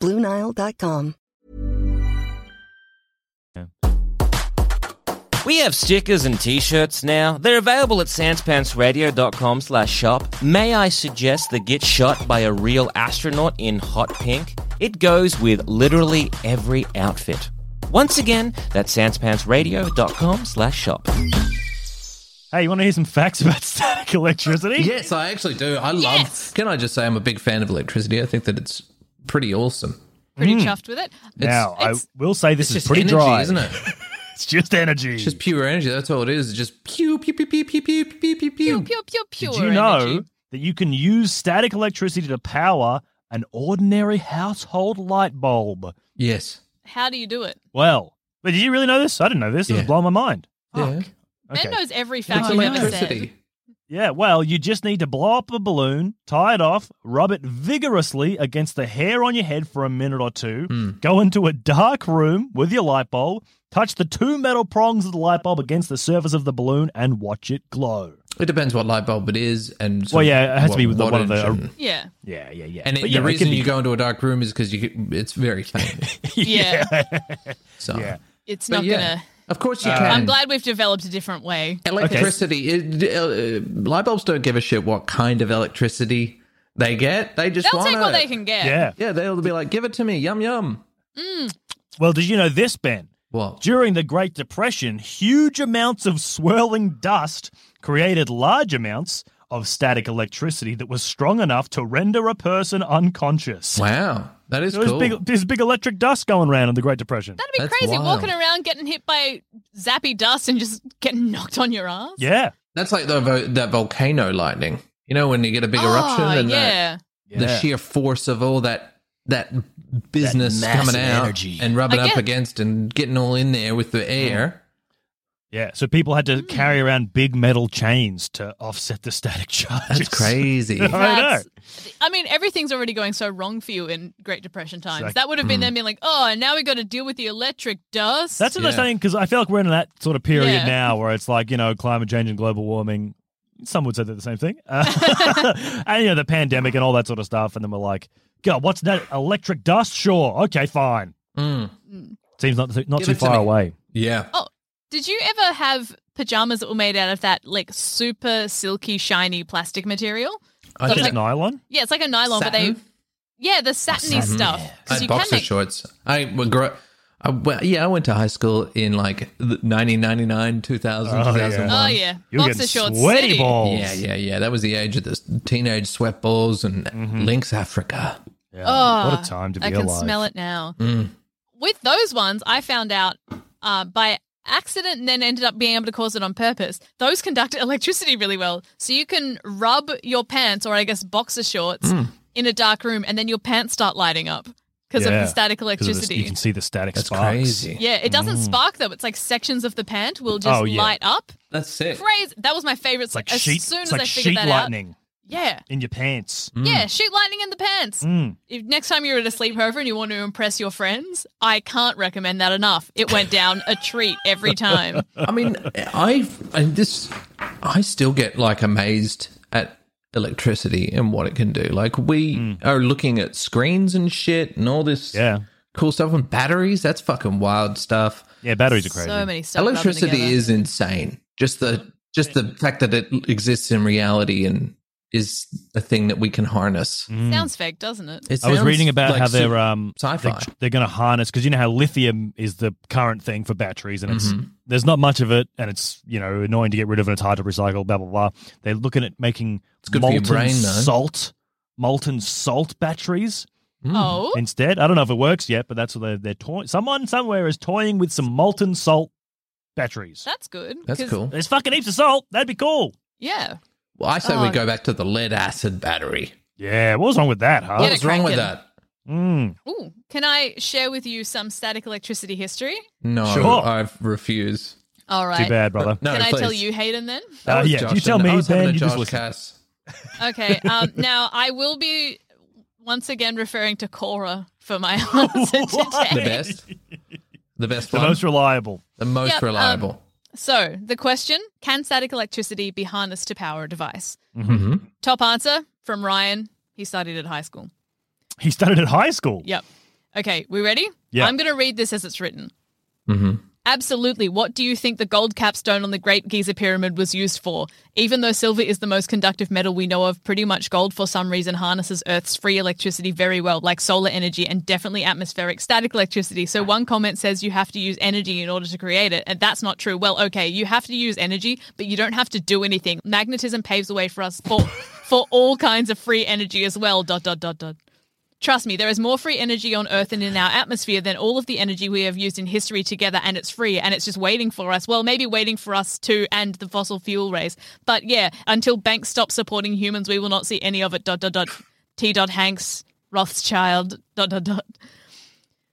[SPEAKER 7] Bluenile.com.
[SPEAKER 2] We have stickers and t-shirts now. They're available at sanspantsradio.com slash shop. May I suggest the Get Shot by a Real Astronaut in Hot Pink? It goes with literally every outfit. Once again, that's sanspantsradio.com slash shop.
[SPEAKER 6] Hey, you want to hear some facts about *laughs* static electricity?
[SPEAKER 5] Yes, I actually do. I love.
[SPEAKER 4] Yes.
[SPEAKER 5] Can I just say I'm a big fan of electricity? I think that it's pretty awesome.
[SPEAKER 4] Pretty chuffed with it.
[SPEAKER 6] Hmm. Now,
[SPEAKER 4] it's-
[SPEAKER 6] I will say this
[SPEAKER 5] It's
[SPEAKER 6] is
[SPEAKER 5] just
[SPEAKER 6] pretty
[SPEAKER 5] energy,
[SPEAKER 6] dry.
[SPEAKER 5] isn't it?
[SPEAKER 6] It's just energy.
[SPEAKER 5] It's just pure energy. That's all it is. It's just pew pew pew pew pew pew pew pew
[SPEAKER 4] Pure,
[SPEAKER 5] pew.
[SPEAKER 4] pure, pure, pure.
[SPEAKER 6] Did you know
[SPEAKER 4] energy.
[SPEAKER 6] that you can use static electricity to power an ordinary household light bulb?
[SPEAKER 5] Yes.
[SPEAKER 4] How do you do it?
[SPEAKER 6] Well, but did you really know this? I didn't know this. It
[SPEAKER 5] Yeah.
[SPEAKER 6] was blowing my mind.
[SPEAKER 5] Yeah.
[SPEAKER 6] Fuck. Okay.
[SPEAKER 4] Ben knows every fact
[SPEAKER 5] It's
[SPEAKER 4] you've ever said.
[SPEAKER 5] electricity.
[SPEAKER 6] Yeah, well, you just need to blow up a balloon, tie it off, rub it vigorously against the hair on your head for a minute or two, go into a dark room with your light bulb, touch the two metal prongs of the light bulb against the surface of the balloon, and watch it glow.
[SPEAKER 5] It depends what light bulb it is, and sort
[SPEAKER 6] Well,
[SPEAKER 5] of
[SPEAKER 6] yeah, it has to be with the-
[SPEAKER 5] wattage
[SPEAKER 6] one of the-
[SPEAKER 5] and- *laughs*
[SPEAKER 4] Yeah.
[SPEAKER 6] Yeah, yeah, yeah.
[SPEAKER 5] And it,
[SPEAKER 6] But yeah,
[SPEAKER 5] the
[SPEAKER 6] it
[SPEAKER 5] reason
[SPEAKER 6] can be- *laughs*
[SPEAKER 5] you go into a dark room is because you could- it's very faint.
[SPEAKER 4] Yeah.
[SPEAKER 5] So
[SPEAKER 6] Yeah.
[SPEAKER 4] It's
[SPEAKER 5] But
[SPEAKER 4] not
[SPEAKER 5] yeah.
[SPEAKER 4] gonna
[SPEAKER 5] Of course you
[SPEAKER 6] Uh,
[SPEAKER 5] can.
[SPEAKER 4] I'm glad we've developed a different way.
[SPEAKER 5] Electricity. It, uh, light bulbs don't give a shit what kind of electricity they get. They just
[SPEAKER 4] They'll
[SPEAKER 5] want
[SPEAKER 4] take what
[SPEAKER 5] it.
[SPEAKER 4] they can get.
[SPEAKER 6] Yeah.
[SPEAKER 5] Yeah, they'll be like, give it to me. Yum, yum.
[SPEAKER 6] Well, did you know this, Ben?
[SPEAKER 5] What?
[SPEAKER 6] During the Great Depression, huge amounts of swirling dust created large amounts of static electricity that was strong enough to render a person unconscious.
[SPEAKER 5] Wow. That is
[SPEAKER 6] There was
[SPEAKER 5] cool.
[SPEAKER 6] big, there's big electric dust going around in the Great Depression.
[SPEAKER 4] That'd be
[SPEAKER 5] That's
[SPEAKER 4] crazy
[SPEAKER 5] wild.
[SPEAKER 4] walking around getting hit by zappy dust and just getting *laughs* knocked on your ass.
[SPEAKER 6] yeah.
[SPEAKER 5] That's like the, vo- that volcano lightning. You know, when you get a big eruption
[SPEAKER 4] Oh,
[SPEAKER 5] and that,
[SPEAKER 4] yeah.
[SPEAKER 5] the
[SPEAKER 6] Yeah.
[SPEAKER 5] sheer force of all that that business coming
[SPEAKER 2] massive
[SPEAKER 5] out
[SPEAKER 2] energy.
[SPEAKER 5] and rubbing
[SPEAKER 4] I
[SPEAKER 5] up
[SPEAKER 4] guess-
[SPEAKER 5] against and getting all in there with the air.
[SPEAKER 6] Yeah. So people had to
[SPEAKER 4] Hmm.
[SPEAKER 6] carry around big metal chains to offset the static *laughs* charges.
[SPEAKER 5] That's crazy.
[SPEAKER 6] *laughs* I know.
[SPEAKER 4] I mean, everything's already going so wrong for you in Great Depression times.
[SPEAKER 6] Exact-
[SPEAKER 4] That would have
[SPEAKER 5] Hmm.
[SPEAKER 4] been them being like, oh, and now we got to deal with the electric dust.
[SPEAKER 6] That's
[SPEAKER 5] Yeah.
[SPEAKER 6] interesting because I feel like we're in that sort of period
[SPEAKER 4] Yeah.
[SPEAKER 6] now where it's like, you know, climate change and global warming. Some would say they're the
[SPEAKER 4] *laughs*
[SPEAKER 6] same thing. *laughs* Uh, and, you know, the pandemic and all that sort of stuff. And then we're like, God, what's that? Electric dust? Sure. Okay, fine.
[SPEAKER 5] Mm.
[SPEAKER 4] Hmm.
[SPEAKER 6] Seems not, not
[SPEAKER 5] Give
[SPEAKER 6] too
[SPEAKER 5] it to
[SPEAKER 6] far
[SPEAKER 5] me.
[SPEAKER 6] away.
[SPEAKER 5] Yeah.
[SPEAKER 4] Oh, Did you ever have pajamas that were made out of that like super silky, shiny plastic material?
[SPEAKER 5] I
[SPEAKER 4] Look
[SPEAKER 6] Just
[SPEAKER 5] did
[SPEAKER 4] like-
[SPEAKER 6] nylon?
[SPEAKER 4] Yeah, it's like a nylon, but
[SPEAKER 5] Satin?
[SPEAKER 4] they. Yeah, the satiny stuff.
[SPEAKER 5] I
[SPEAKER 4] 'Cause
[SPEAKER 5] had
[SPEAKER 4] you can
[SPEAKER 5] boxer
[SPEAKER 4] make-
[SPEAKER 5] shorts. I would grow. I, well, yeah, I went to high school in like the 1999, 2000,
[SPEAKER 6] Oh, yeah.
[SPEAKER 5] 2001.
[SPEAKER 4] Oh, yeah.
[SPEAKER 6] You're
[SPEAKER 4] boxer
[SPEAKER 6] getting
[SPEAKER 4] shorts.
[SPEAKER 6] sweaty
[SPEAKER 4] city.
[SPEAKER 6] balls.
[SPEAKER 5] Yeah, yeah, yeah. That was the age of the teenage sweatballs and Lynx Africa.
[SPEAKER 4] Oh,
[SPEAKER 6] What a time to be
[SPEAKER 4] I can
[SPEAKER 6] alive.
[SPEAKER 4] smell it now.
[SPEAKER 5] Mm.
[SPEAKER 4] With those ones, I found out uh, by accident and then ended up being able to cause it on purpose. Those conduct *laughs* electricity really well. So you can rub your pants, or I guess boxer shorts, in a dark room and then your pants start lighting up because of
[SPEAKER 6] Yeah.
[SPEAKER 4] the static
[SPEAKER 6] 'Cause of this-
[SPEAKER 4] electricity.
[SPEAKER 6] you can see the static
[SPEAKER 5] That's
[SPEAKER 6] sparks.
[SPEAKER 5] crazy.
[SPEAKER 4] yeah, it doesn't spark though. It's like sections of the pant will just
[SPEAKER 6] Oh, yeah.
[SPEAKER 4] light up.
[SPEAKER 5] That's sick.
[SPEAKER 4] Crazy. That was my favorite.
[SPEAKER 6] It's like
[SPEAKER 4] as
[SPEAKER 6] sheet,
[SPEAKER 4] soon
[SPEAKER 6] it's
[SPEAKER 4] as
[SPEAKER 6] like
[SPEAKER 4] I figured
[SPEAKER 6] sheet
[SPEAKER 4] that out.
[SPEAKER 6] lightning
[SPEAKER 4] Yeah.
[SPEAKER 6] in your pants.
[SPEAKER 5] Mm.
[SPEAKER 4] Yeah, sheet lightning in the pants.
[SPEAKER 6] Mm.
[SPEAKER 4] If next time you're at a sleepover and you want to impress your friends, I can't recommend that enough. It went down a treat every
[SPEAKER 6] *laughs*
[SPEAKER 4] time.
[SPEAKER 5] I mean, I and this, I still get like amazed at electricity and what it can do. Like we are looking at screens and shit and all this
[SPEAKER 6] Hmm. Yeah.
[SPEAKER 5] cool stuff and batteries. That's fucking wild stuff.
[SPEAKER 6] Yeah, batteries are crazy.
[SPEAKER 4] so many stuff. rubbing
[SPEAKER 5] electricity
[SPEAKER 4] together.
[SPEAKER 5] is insane. Just the just the fact that it exists in reality and is a thing that we can harness.
[SPEAKER 4] sounds fake, doesn't it?
[SPEAKER 5] It
[SPEAKER 6] Hmm. I was
[SPEAKER 5] sounds
[SPEAKER 6] reading about
[SPEAKER 5] like
[SPEAKER 6] how
[SPEAKER 5] su-
[SPEAKER 6] they're um
[SPEAKER 5] sci-fi.
[SPEAKER 6] they're, they're going to harness because you know how lithium is the current thing for batteries and it's
[SPEAKER 5] Mm-hmm.
[SPEAKER 6] there's not much of it and it's you know annoying to get rid of and it's hard to recycle blah blah blah. They're looking at making
[SPEAKER 5] good for your
[SPEAKER 6] molten
[SPEAKER 5] brain, though.
[SPEAKER 6] salt molten salt batteries
[SPEAKER 5] Mm.
[SPEAKER 4] Oh,
[SPEAKER 6] instead. I don't know if it works yet, but that's what they're they're toy- someone somewhere is toying with some molten salt batteries.
[SPEAKER 4] that's good.
[SPEAKER 5] That's
[SPEAKER 4] 'cause-
[SPEAKER 5] cool.
[SPEAKER 6] There's fucking heaps of salt. That'd be cool.
[SPEAKER 4] Yeah.
[SPEAKER 5] Well, I say
[SPEAKER 4] Oh.
[SPEAKER 5] we go back to the lead acid battery.
[SPEAKER 6] Yeah, what was wrong with that, huh?
[SPEAKER 4] Get
[SPEAKER 5] What
[SPEAKER 4] it
[SPEAKER 5] was wrong with
[SPEAKER 4] cracking.
[SPEAKER 5] that?
[SPEAKER 6] Mm.
[SPEAKER 4] Ooh, can I share with you some static electricity history?
[SPEAKER 5] No,
[SPEAKER 6] Sure.
[SPEAKER 5] I refuse.
[SPEAKER 4] All right.
[SPEAKER 6] Too bad, brother.
[SPEAKER 5] No,
[SPEAKER 4] can I
[SPEAKER 5] please.
[SPEAKER 4] tell you, Hayden, then?
[SPEAKER 5] That
[SPEAKER 6] Uh,
[SPEAKER 5] was
[SPEAKER 6] yeah,
[SPEAKER 5] Josh
[SPEAKER 6] you tell
[SPEAKER 5] and- I
[SPEAKER 6] me,
[SPEAKER 5] was having
[SPEAKER 6] Ben,
[SPEAKER 5] a
[SPEAKER 6] you just
[SPEAKER 5] Josh
[SPEAKER 6] listen.
[SPEAKER 5] Cass.
[SPEAKER 4] Okay. Um, now, I will be once again referring to Cora for my *laughs*
[SPEAKER 6] *laughs*
[SPEAKER 4] answer
[SPEAKER 6] What?
[SPEAKER 5] The
[SPEAKER 4] today.
[SPEAKER 5] best, the
[SPEAKER 6] *laughs*
[SPEAKER 5] best
[SPEAKER 6] The
[SPEAKER 5] one,
[SPEAKER 6] most reliable.
[SPEAKER 5] the most
[SPEAKER 4] Yep, um,
[SPEAKER 5] reliable.
[SPEAKER 4] So, the question Can static electricity be harnessed to power a device? Top answer from Ryan. He studied at high school.
[SPEAKER 6] He started at high school.
[SPEAKER 4] Yep. Okay, we ready?
[SPEAKER 6] Yeah.
[SPEAKER 4] I'm going to read this as it's written. Mm-hmm. Absolutely. What do you think the gold capstone on the Great Giza Pyramid was used for? Even though silver is the most conductive metal we know of, pretty much gold for some reason harnesses Earth's free electricity very well, like solar energy and definitely atmospheric static electricity. So one comment says you have to use energy in order to create it, and that's not true. Well, okay, you have to use energy, but you don't have to do anything. Magnetism paves the way for us for for all kinds of free energy as well. Dot dot dot dot. Trust me, there is more free energy on Earth and in our atmosphere than all of the energy we have used in history together, and it's free and it's just waiting for us. Well, maybe waiting for us to end the fossil fuel race. But yeah, until banks stop supporting humans, we will not see any of it. Dot dot dot. T. Dot Hanks, Rothschild. Dot dot dot.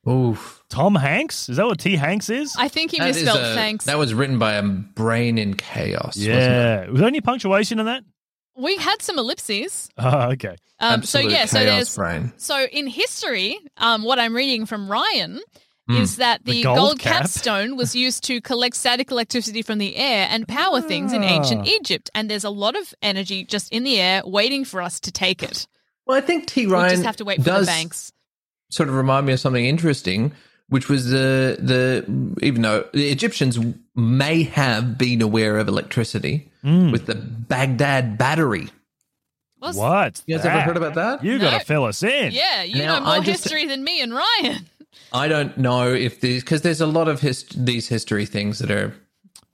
[SPEAKER 5] Oof,
[SPEAKER 6] Tom Hanks? Is that what T Hanks is?
[SPEAKER 4] I think he
[SPEAKER 5] That is
[SPEAKER 4] misspelled
[SPEAKER 5] a-
[SPEAKER 4] thanks.
[SPEAKER 5] That was written by a brain in chaos. wasn't it?
[SPEAKER 6] yeah. Was there any punctuation in that? *laughs*
[SPEAKER 4] we had some ellipses.
[SPEAKER 6] Oh, okay.
[SPEAKER 4] Um, so
[SPEAKER 5] Absolute
[SPEAKER 4] yeah,
[SPEAKER 5] chaos
[SPEAKER 4] so there's
[SPEAKER 5] brain.
[SPEAKER 4] So in history, um, what I'm reading from Ryan is that the,
[SPEAKER 6] Hmm. The gold
[SPEAKER 4] gold,
[SPEAKER 6] cap.
[SPEAKER 4] capstone was used to collect static electricity from the air and power things in ancient
[SPEAKER 6] Ah.
[SPEAKER 4] Egypt. And there's a lot of energy just in the air waiting for us to take it.
[SPEAKER 5] Well, I think T
[SPEAKER 4] We
[SPEAKER 5] Ryan
[SPEAKER 4] just have to wait for
[SPEAKER 5] does
[SPEAKER 4] the banks.
[SPEAKER 5] sort of remind me of something interesting which was the the even though the Egyptians may have been aware of electricity
[SPEAKER 6] Hmm.
[SPEAKER 5] with the Baghdad battery.
[SPEAKER 4] What's-
[SPEAKER 6] What?
[SPEAKER 5] You guys ever heard about that?
[SPEAKER 6] You got
[SPEAKER 4] No.
[SPEAKER 6] to fill us in.
[SPEAKER 4] Yeah, you
[SPEAKER 5] Now,
[SPEAKER 4] know more
[SPEAKER 5] I just-
[SPEAKER 4] history than me and Ryan. *laughs*
[SPEAKER 5] I don't know if these because there's a lot of hist- these history things that are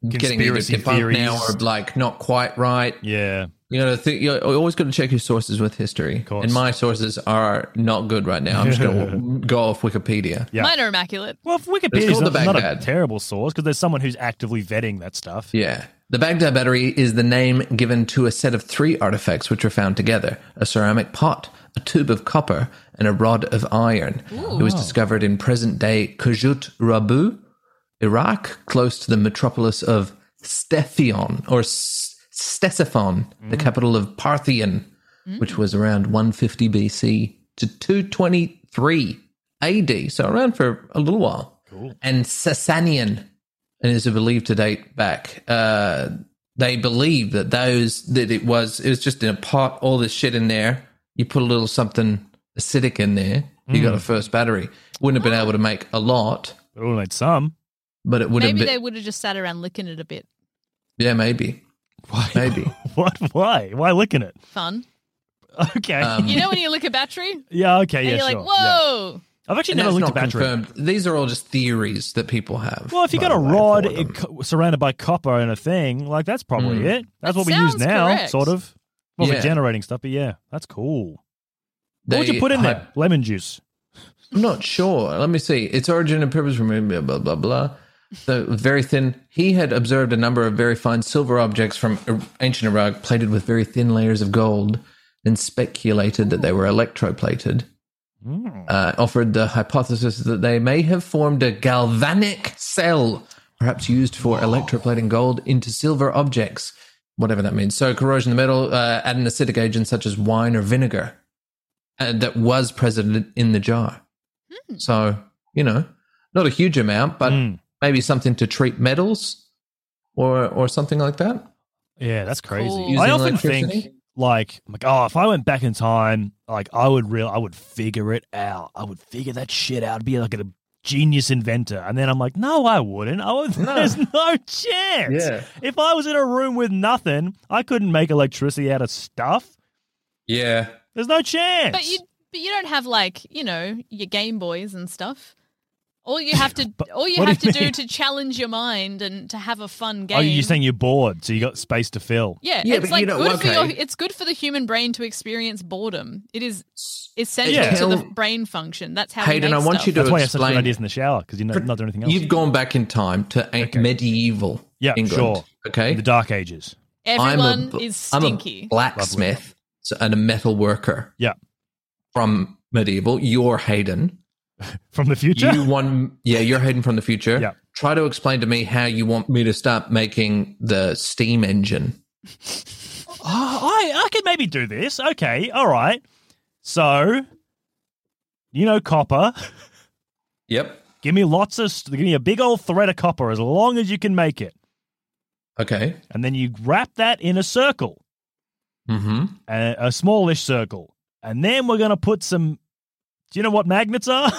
[SPEAKER 5] getting either
[SPEAKER 6] Conspiracy
[SPEAKER 5] debunked
[SPEAKER 6] theories.
[SPEAKER 5] now or like not quite right.
[SPEAKER 6] Yeah.
[SPEAKER 5] You know, the thing, you always got to check your sources with history,
[SPEAKER 6] course.
[SPEAKER 5] and my sources are not good right now. I'm
[SPEAKER 6] *laughs*
[SPEAKER 5] just going to go off Wikipedia.
[SPEAKER 6] Yeah.
[SPEAKER 4] Mine are immaculate.
[SPEAKER 6] Well, if Wikipedia's
[SPEAKER 5] called
[SPEAKER 6] not,
[SPEAKER 5] the
[SPEAKER 6] not a
[SPEAKER 5] Baghdad.
[SPEAKER 6] terrible source because there's someone who's actively vetting that stuff.
[SPEAKER 5] Yeah. The Baghdad battery is the name given to a set of three artifacts which were found together a ceramic pot, a tube of copper, and a rod of iron. It was discovered in present day Kajut Rabu, Iraq, close to the metropolis of Stephion or S- Ctesiphon, the capital of Parthian, which was around 150 BC to 223 AD, so around for a little while. And Sasanian, and is believed to date back. Uh, they believe that those that it was it was just in a pot, all this shit in there. You put a little something acidic in there, you
[SPEAKER 6] Hmm.
[SPEAKER 5] got a first battery. Wouldn't have been able to make a lot,
[SPEAKER 6] But we'll need some. *laughs*
[SPEAKER 5] but it would
[SPEAKER 4] Maybe
[SPEAKER 5] have
[SPEAKER 4] they
[SPEAKER 5] been.
[SPEAKER 4] would have just sat around licking it a bit.
[SPEAKER 5] yeah, maybe,
[SPEAKER 6] Why? *laughs*
[SPEAKER 5] maybe.
[SPEAKER 6] What? Why? Why licking it? *laughs*
[SPEAKER 4] Fun.
[SPEAKER 6] Okay.
[SPEAKER 5] Um,
[SPEAKER 4] You know when you lick a battery and
[SPEAKER 6] *laughs* yeah. Okay. Yeah.
[SPEAKER 4] you're
[SPEAKER 6] sure.
[SPEAKER 4] like,
[SPEAKER 6] yeah.
[SPEAKER 4] whoa.
[SPEAKER 6] I've actually
[SPEAKER 5] And
[SPEAKER 6] never
[SPEAKER 5] that's
[SPEAKER 6] looked at
[SPEAKER 5] not
[SPEAKER 6] battery.
[SPEAKER 5] confirmed. These are all just theories that people have.
[SPEAKER 6] Well, if you
[SPEAKER 5] by
[SPEAKER 6] got a
[SPEAKER 5] the way,
[SPEAKER 6] rod
[SPEAKER 5] for them.
[SPEAKER 6] it, co- surrounded by copper and a thing, like that's probably
[SPEAKER 5] Mm.
[SPEAKER 6] it. That's
[SPEAKER 4] That
[SPEAKER 6] what we use
[SPEAKER 4] sounds
[SPEAKER 6] now,
[SPEAKER 4] correct.
[SPEAKER 6] sort of. Well,
[SPEAKER 5] Yeah.
[SPEAKER 6] for generating stuff, but yeah, that's cool. what would
[SPEAKER 5] They
[SPEAKER 6] you put in
[SPEAKER 5] hy-
[SPEAKER 6] there? Lemon juice.
[SPEAKER 5] I'm not sure. Let me see. Its origin and purpose remain blah blah blah. blah. The very thin. He had observed a number of very fine silver objects from Ir- ancient Iraq, plated with very thin layers of gold, and speculated that they were electroplated. Uh, offered the hypothesis that they may have formed a galvanic cell, perhaps used for electroplating gold into silver objects, whatever that means. So corrosion of the metal, uh, add an acidic agent such as wine or vinegar uh, that was present in the jar. So, you know, not a huge amount, but
[SPEAKER 6] Mm.
[SPEAKER 5] maybe something to treat metals or or something like that.
[SPEAKER 6] Yeah, that's crazy.
[SPEAKER 4] cool.
[SPEAKER 5] Using
[SPEAKER 6] I often think
[SPEAKER 5] electricity?
[SPEAKER 6] like, I'm like, oh, if I went back in time, like I would real, I would figure it out. I would figure that shit out. I'd be like a genius inventor. And then I'm like, no, I wouldn't. I would, *laughs* There's no chance.
[SPEAKER 5] Yeah.
[SPEAKER 6] If I was in a room with nothing, I couldn't make electricity out of stuff.
[SPEAKER 5] Yeah.
[SPEAKER 6] There's no chance.
[SPEAKER 4] But you but you don't have like, you know, your Game Boys and stuff. All you have to
[SPEAKER 6] *laughs* But
[SPEAKER 4] all you
[SPEAKER 6] what do
[SPEAKER 4] have
[SPEAKER 6] you
[SPEAKER 4] to do
[SPEAKER 6] mean?
[SPEAKER 4] to challenge your mind and to have a fun game.
[SPEAKER 6] Oh, you're saying you're bored, so you got space to fill.
[SPEAKER 4] yeah,
[SPEAKER 5] Yeah,
[SPEAKER 4] it's
[SPEAKER 5] but
[SPEAKER 4] like
[SPEAKER 5] you know,
[SPEAKER 4] good for your
[SPEAKER 5] okay.
[SPEAKER 4] it's good for the human brain to experience boredom. It is essential
[SPEAKER 6] Yeah.
[SPEAKER 4] to the
[SPEAKER 5] Tell-
[SPEAKER 4] brain function. That's how we
[SPEAKER 5] Hayden,
[SPEAKER 4] make
[SPEAKER 5] I want
[SPEAKER 4] stuff.
[SPEAKER 5] you to
[SPEAKER 6] That's why you have such good
[SPEAKER 5] explain.
[SPEAKER 6] ideas in the shower because you're not, not doing anything else.
[SPEAKER 5] You've gone back in time to a- medieval
[SPEAKER 6] yeah,
[SPEAKER 5] England.
[SPEAKER 6] sure.
[SPEAKER 5] Okay.
[SPEAKER 6] the Dark Ages.
[SPEAKER 4] Everyone
[SPEAKER 5] bl-
[SPEAKER 4] is
[SPEAKER 5] I'm a
[SPEAKER 4] stinky.
[SPEAKER 5] blacksmith so- and a metal worker
[SPEAKER 6] Yeah,
[SPEAKER 5] from medieval. You're Hayden.
[SPEAKER 6] from the future. *laughs*
[SPEAKER 5] You won. Yeah, you're Hayden from the future.
[SPEAKER 6] Yeah.
[SPEAKER 5] Try to explain to me how you want me to start making the steam engine.
[SPEAKER 6] Oh, I I could maybe do this. Okay, all right. So, you know, copper. *laughs*
[SPEAKER 5] Yep.
[SPEAKER 6] Give me lots of. Give me a big old thread of copper as long as you can make it,
[SPEAKER 5] Okay.
[SPEAKER 6] and then you wrap that in a circle,
[SPEAKER 5] Mm-hmm.
[SPEAKER 6] a, a smallish circle, and then we're gonna put some. Do you know what magnets are? *laughs* do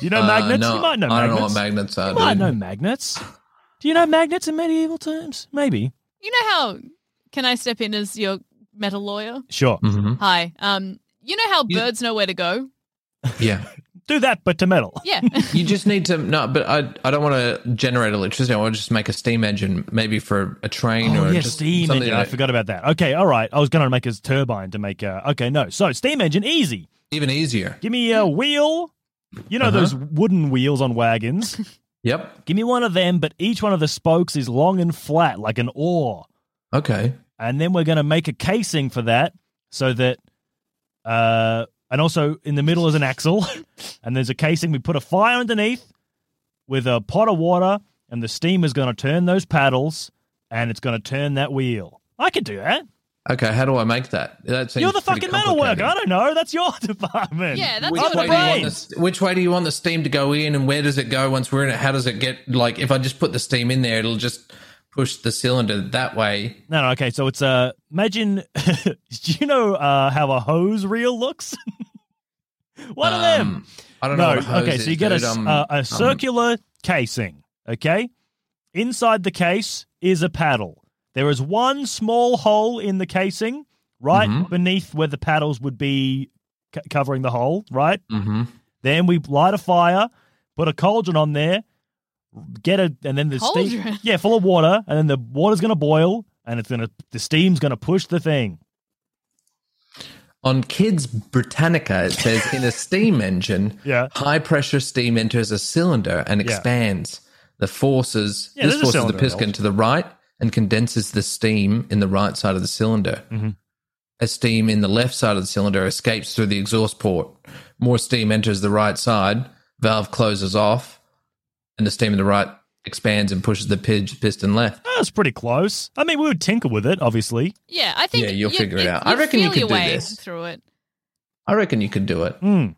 [SPEAKER 6] you know magnets? you might know
[SPEAKER 5] Uh, I
[SPEAKER 6] magnets.
[SPEAKER 5] don't know what magnets are.
[SPEAKER 6] You might
[SPEAKER 5] dude.
[SPEAKER 6] know magnets. Do you know magnets in medieval times? Maybe.
[SPEAKER 4] You know how can I step in as your metal lawyer?
[SPEAKER 6] Sure.
[SPEAKER 5] Mhm.
[SPEAKER 4] Hi. Um you know how
[SPEAKER 5] You-
[SPEAKER 4] birds know where to go?
[SPEAKER 5] Yeah.
[SPEAKER 6] Do that, but to metal. *laughs*
[SPEAKER 4] Yeah.
[SPEAKER 5] You just need to no, but I I don't want to generate electricity. I want to just make a steam engine, maybe for a train
[SPEAKER 6] Oh,
[SPEAKER 5] or
[SPEAKER 6] yeah,
[SPEAKER 5] just
[SPEAKER 6] steam
[SPEAKER 5] something
[SPEAKER 6] engine. I
[SPEAKER 5] that-
[SPEAKER 6] forgot about that. Okay, all right. I was going to make a turbine to make a. Okay, no. So, steam engine, easy.
[SPEAKER 5] Even easier.
[SPEAKER 6] Give me a wheel. You know
[SPEAKER 5] Hmm. Uh-huh.
[SPEAKER 6] those wooden wheels on wagons?
[SPEAKER 5] *laughs* Yep.
[SPEAKER 6] Give me one of them, but each one of the spokes is long and flat, like an oar.
[SPEAKER 5] Okay.
[SPEAKER 6] and then we're going to make a casing for that so that uh and also in the middle is an axle *laughs* and there's a casing we put a fire underneath with a pot of water and the steam is going to turn those paddles and it's going to turn that wheel i could do that
[SPEAKER 5] Okay. How do I make that? That seems
[SPEAKER 6] you're the
[SPEAKER 5] pretty
[SPEAKER 6] fucking metal worker i don't
[SPEAKER 5] complicated.
[SPEAKER 6] know that's your *laughs* department
[SPEAKER 4] Yeah, that's
[SPEAKER 5] Which
[SPEAKER 4] what
[SPEAKER 6] the
[SPEAKER 5] way, do you want
[SPEAKER 6] brain.
[SPEAKER 5] the, st- which way do you want the steam to go in, and where does it go once we're in it? How does it get like if I just put the steam in there, it'll just push the cylinder that way.
[SPEAKER 6] no no okay so it's *laughs* uh imagine do you know uh how a hose reel looks *laughs* One
[SPEAKER 5] Um,
[SPEAKER 6] of them.
[SPEAKER 5] I don't know.
[SPEAKER 6] No,
[SPEAKER 5] what a hose
[SPEAKER 6] okay,
[SPEAKER 5] is,
[SPEAKER 6] so you get a,
[SPEAKER 5] dude.
[SPEAKER 6] s-
[SPEAKER 5] I'm-
[SPEAKER 6] uh, a
[SPEAKER 5] I'm-
[SPEAKER 6] circular casing, okay? Inside the case is a paddle. There is one small hole in the casing, right
[SPEAKER 5] Mhm.
[SPEAKER 6] beneath where the paddles would be c- covering the hole, right?
[SPEAKER 5] Mhm.
[SPEAKER 6] Then we light a fire, put a cauldron on there, get a, and then the steam,
[SPEAKER 4] Cauldron?
[SPEAKER 6] *laughs* yeah, full of water, and then the water's gonna boil, and it's gonna, the steam's gonna push the thing.
[SPEAKER 5] On Kids Britannica, it says in
[SPEAKER 6] *laughs*
[SPEAKER 5] a steam engine,
[SPEAKER 6] Yeah.
[SPEAKER 5] high pressure steam enters a cylinder and
[SPEAKER 6] Yeah.
[SPEAKER 5] expands. The forces,
[SPEAKER 6] Yeah,
[SPEAKER 5] this
[SPEAKER 6] there's a
[SPEAKER 5] forces the
[SPEAKER 6] cylinder
[SPEAKER 5] piston
[SPEAKER 6] involved.
[SPEAKER 5] to the right and condenses the steam in the right side of the cylinder.
[SPEAKER 6] Mm-hmm.
[SPEAKER 5] As steam in the left side of the cylinder escapes through the exhaust port, more steam enters the right side, valve closes off, and the steam in the right expands and pushes the pid- piston left.
[SPEAKER 6] That's pretty close. I mean, we would tinker with it, obviously.
[SPEAKER 4] Yeah, I think
[SPEAKER 5] Yeah, you'll
[SPEAKER 4] you-
[SPEAKER 5] figure it
[SPEAKER 4] you-
[SPEAKER 5] out. I reckon you
[SPEAKER 4] feel
[SPEAKER 5] could
[SPEAKER 4] your
[SPEAKER 5] do
[SPEAKER 4] way
[SPEAKER 5] this.
[SPEAKER 4] through it.
[SPEAKER 5] I reckon you could do it.
[SPEAKER 6] Mm.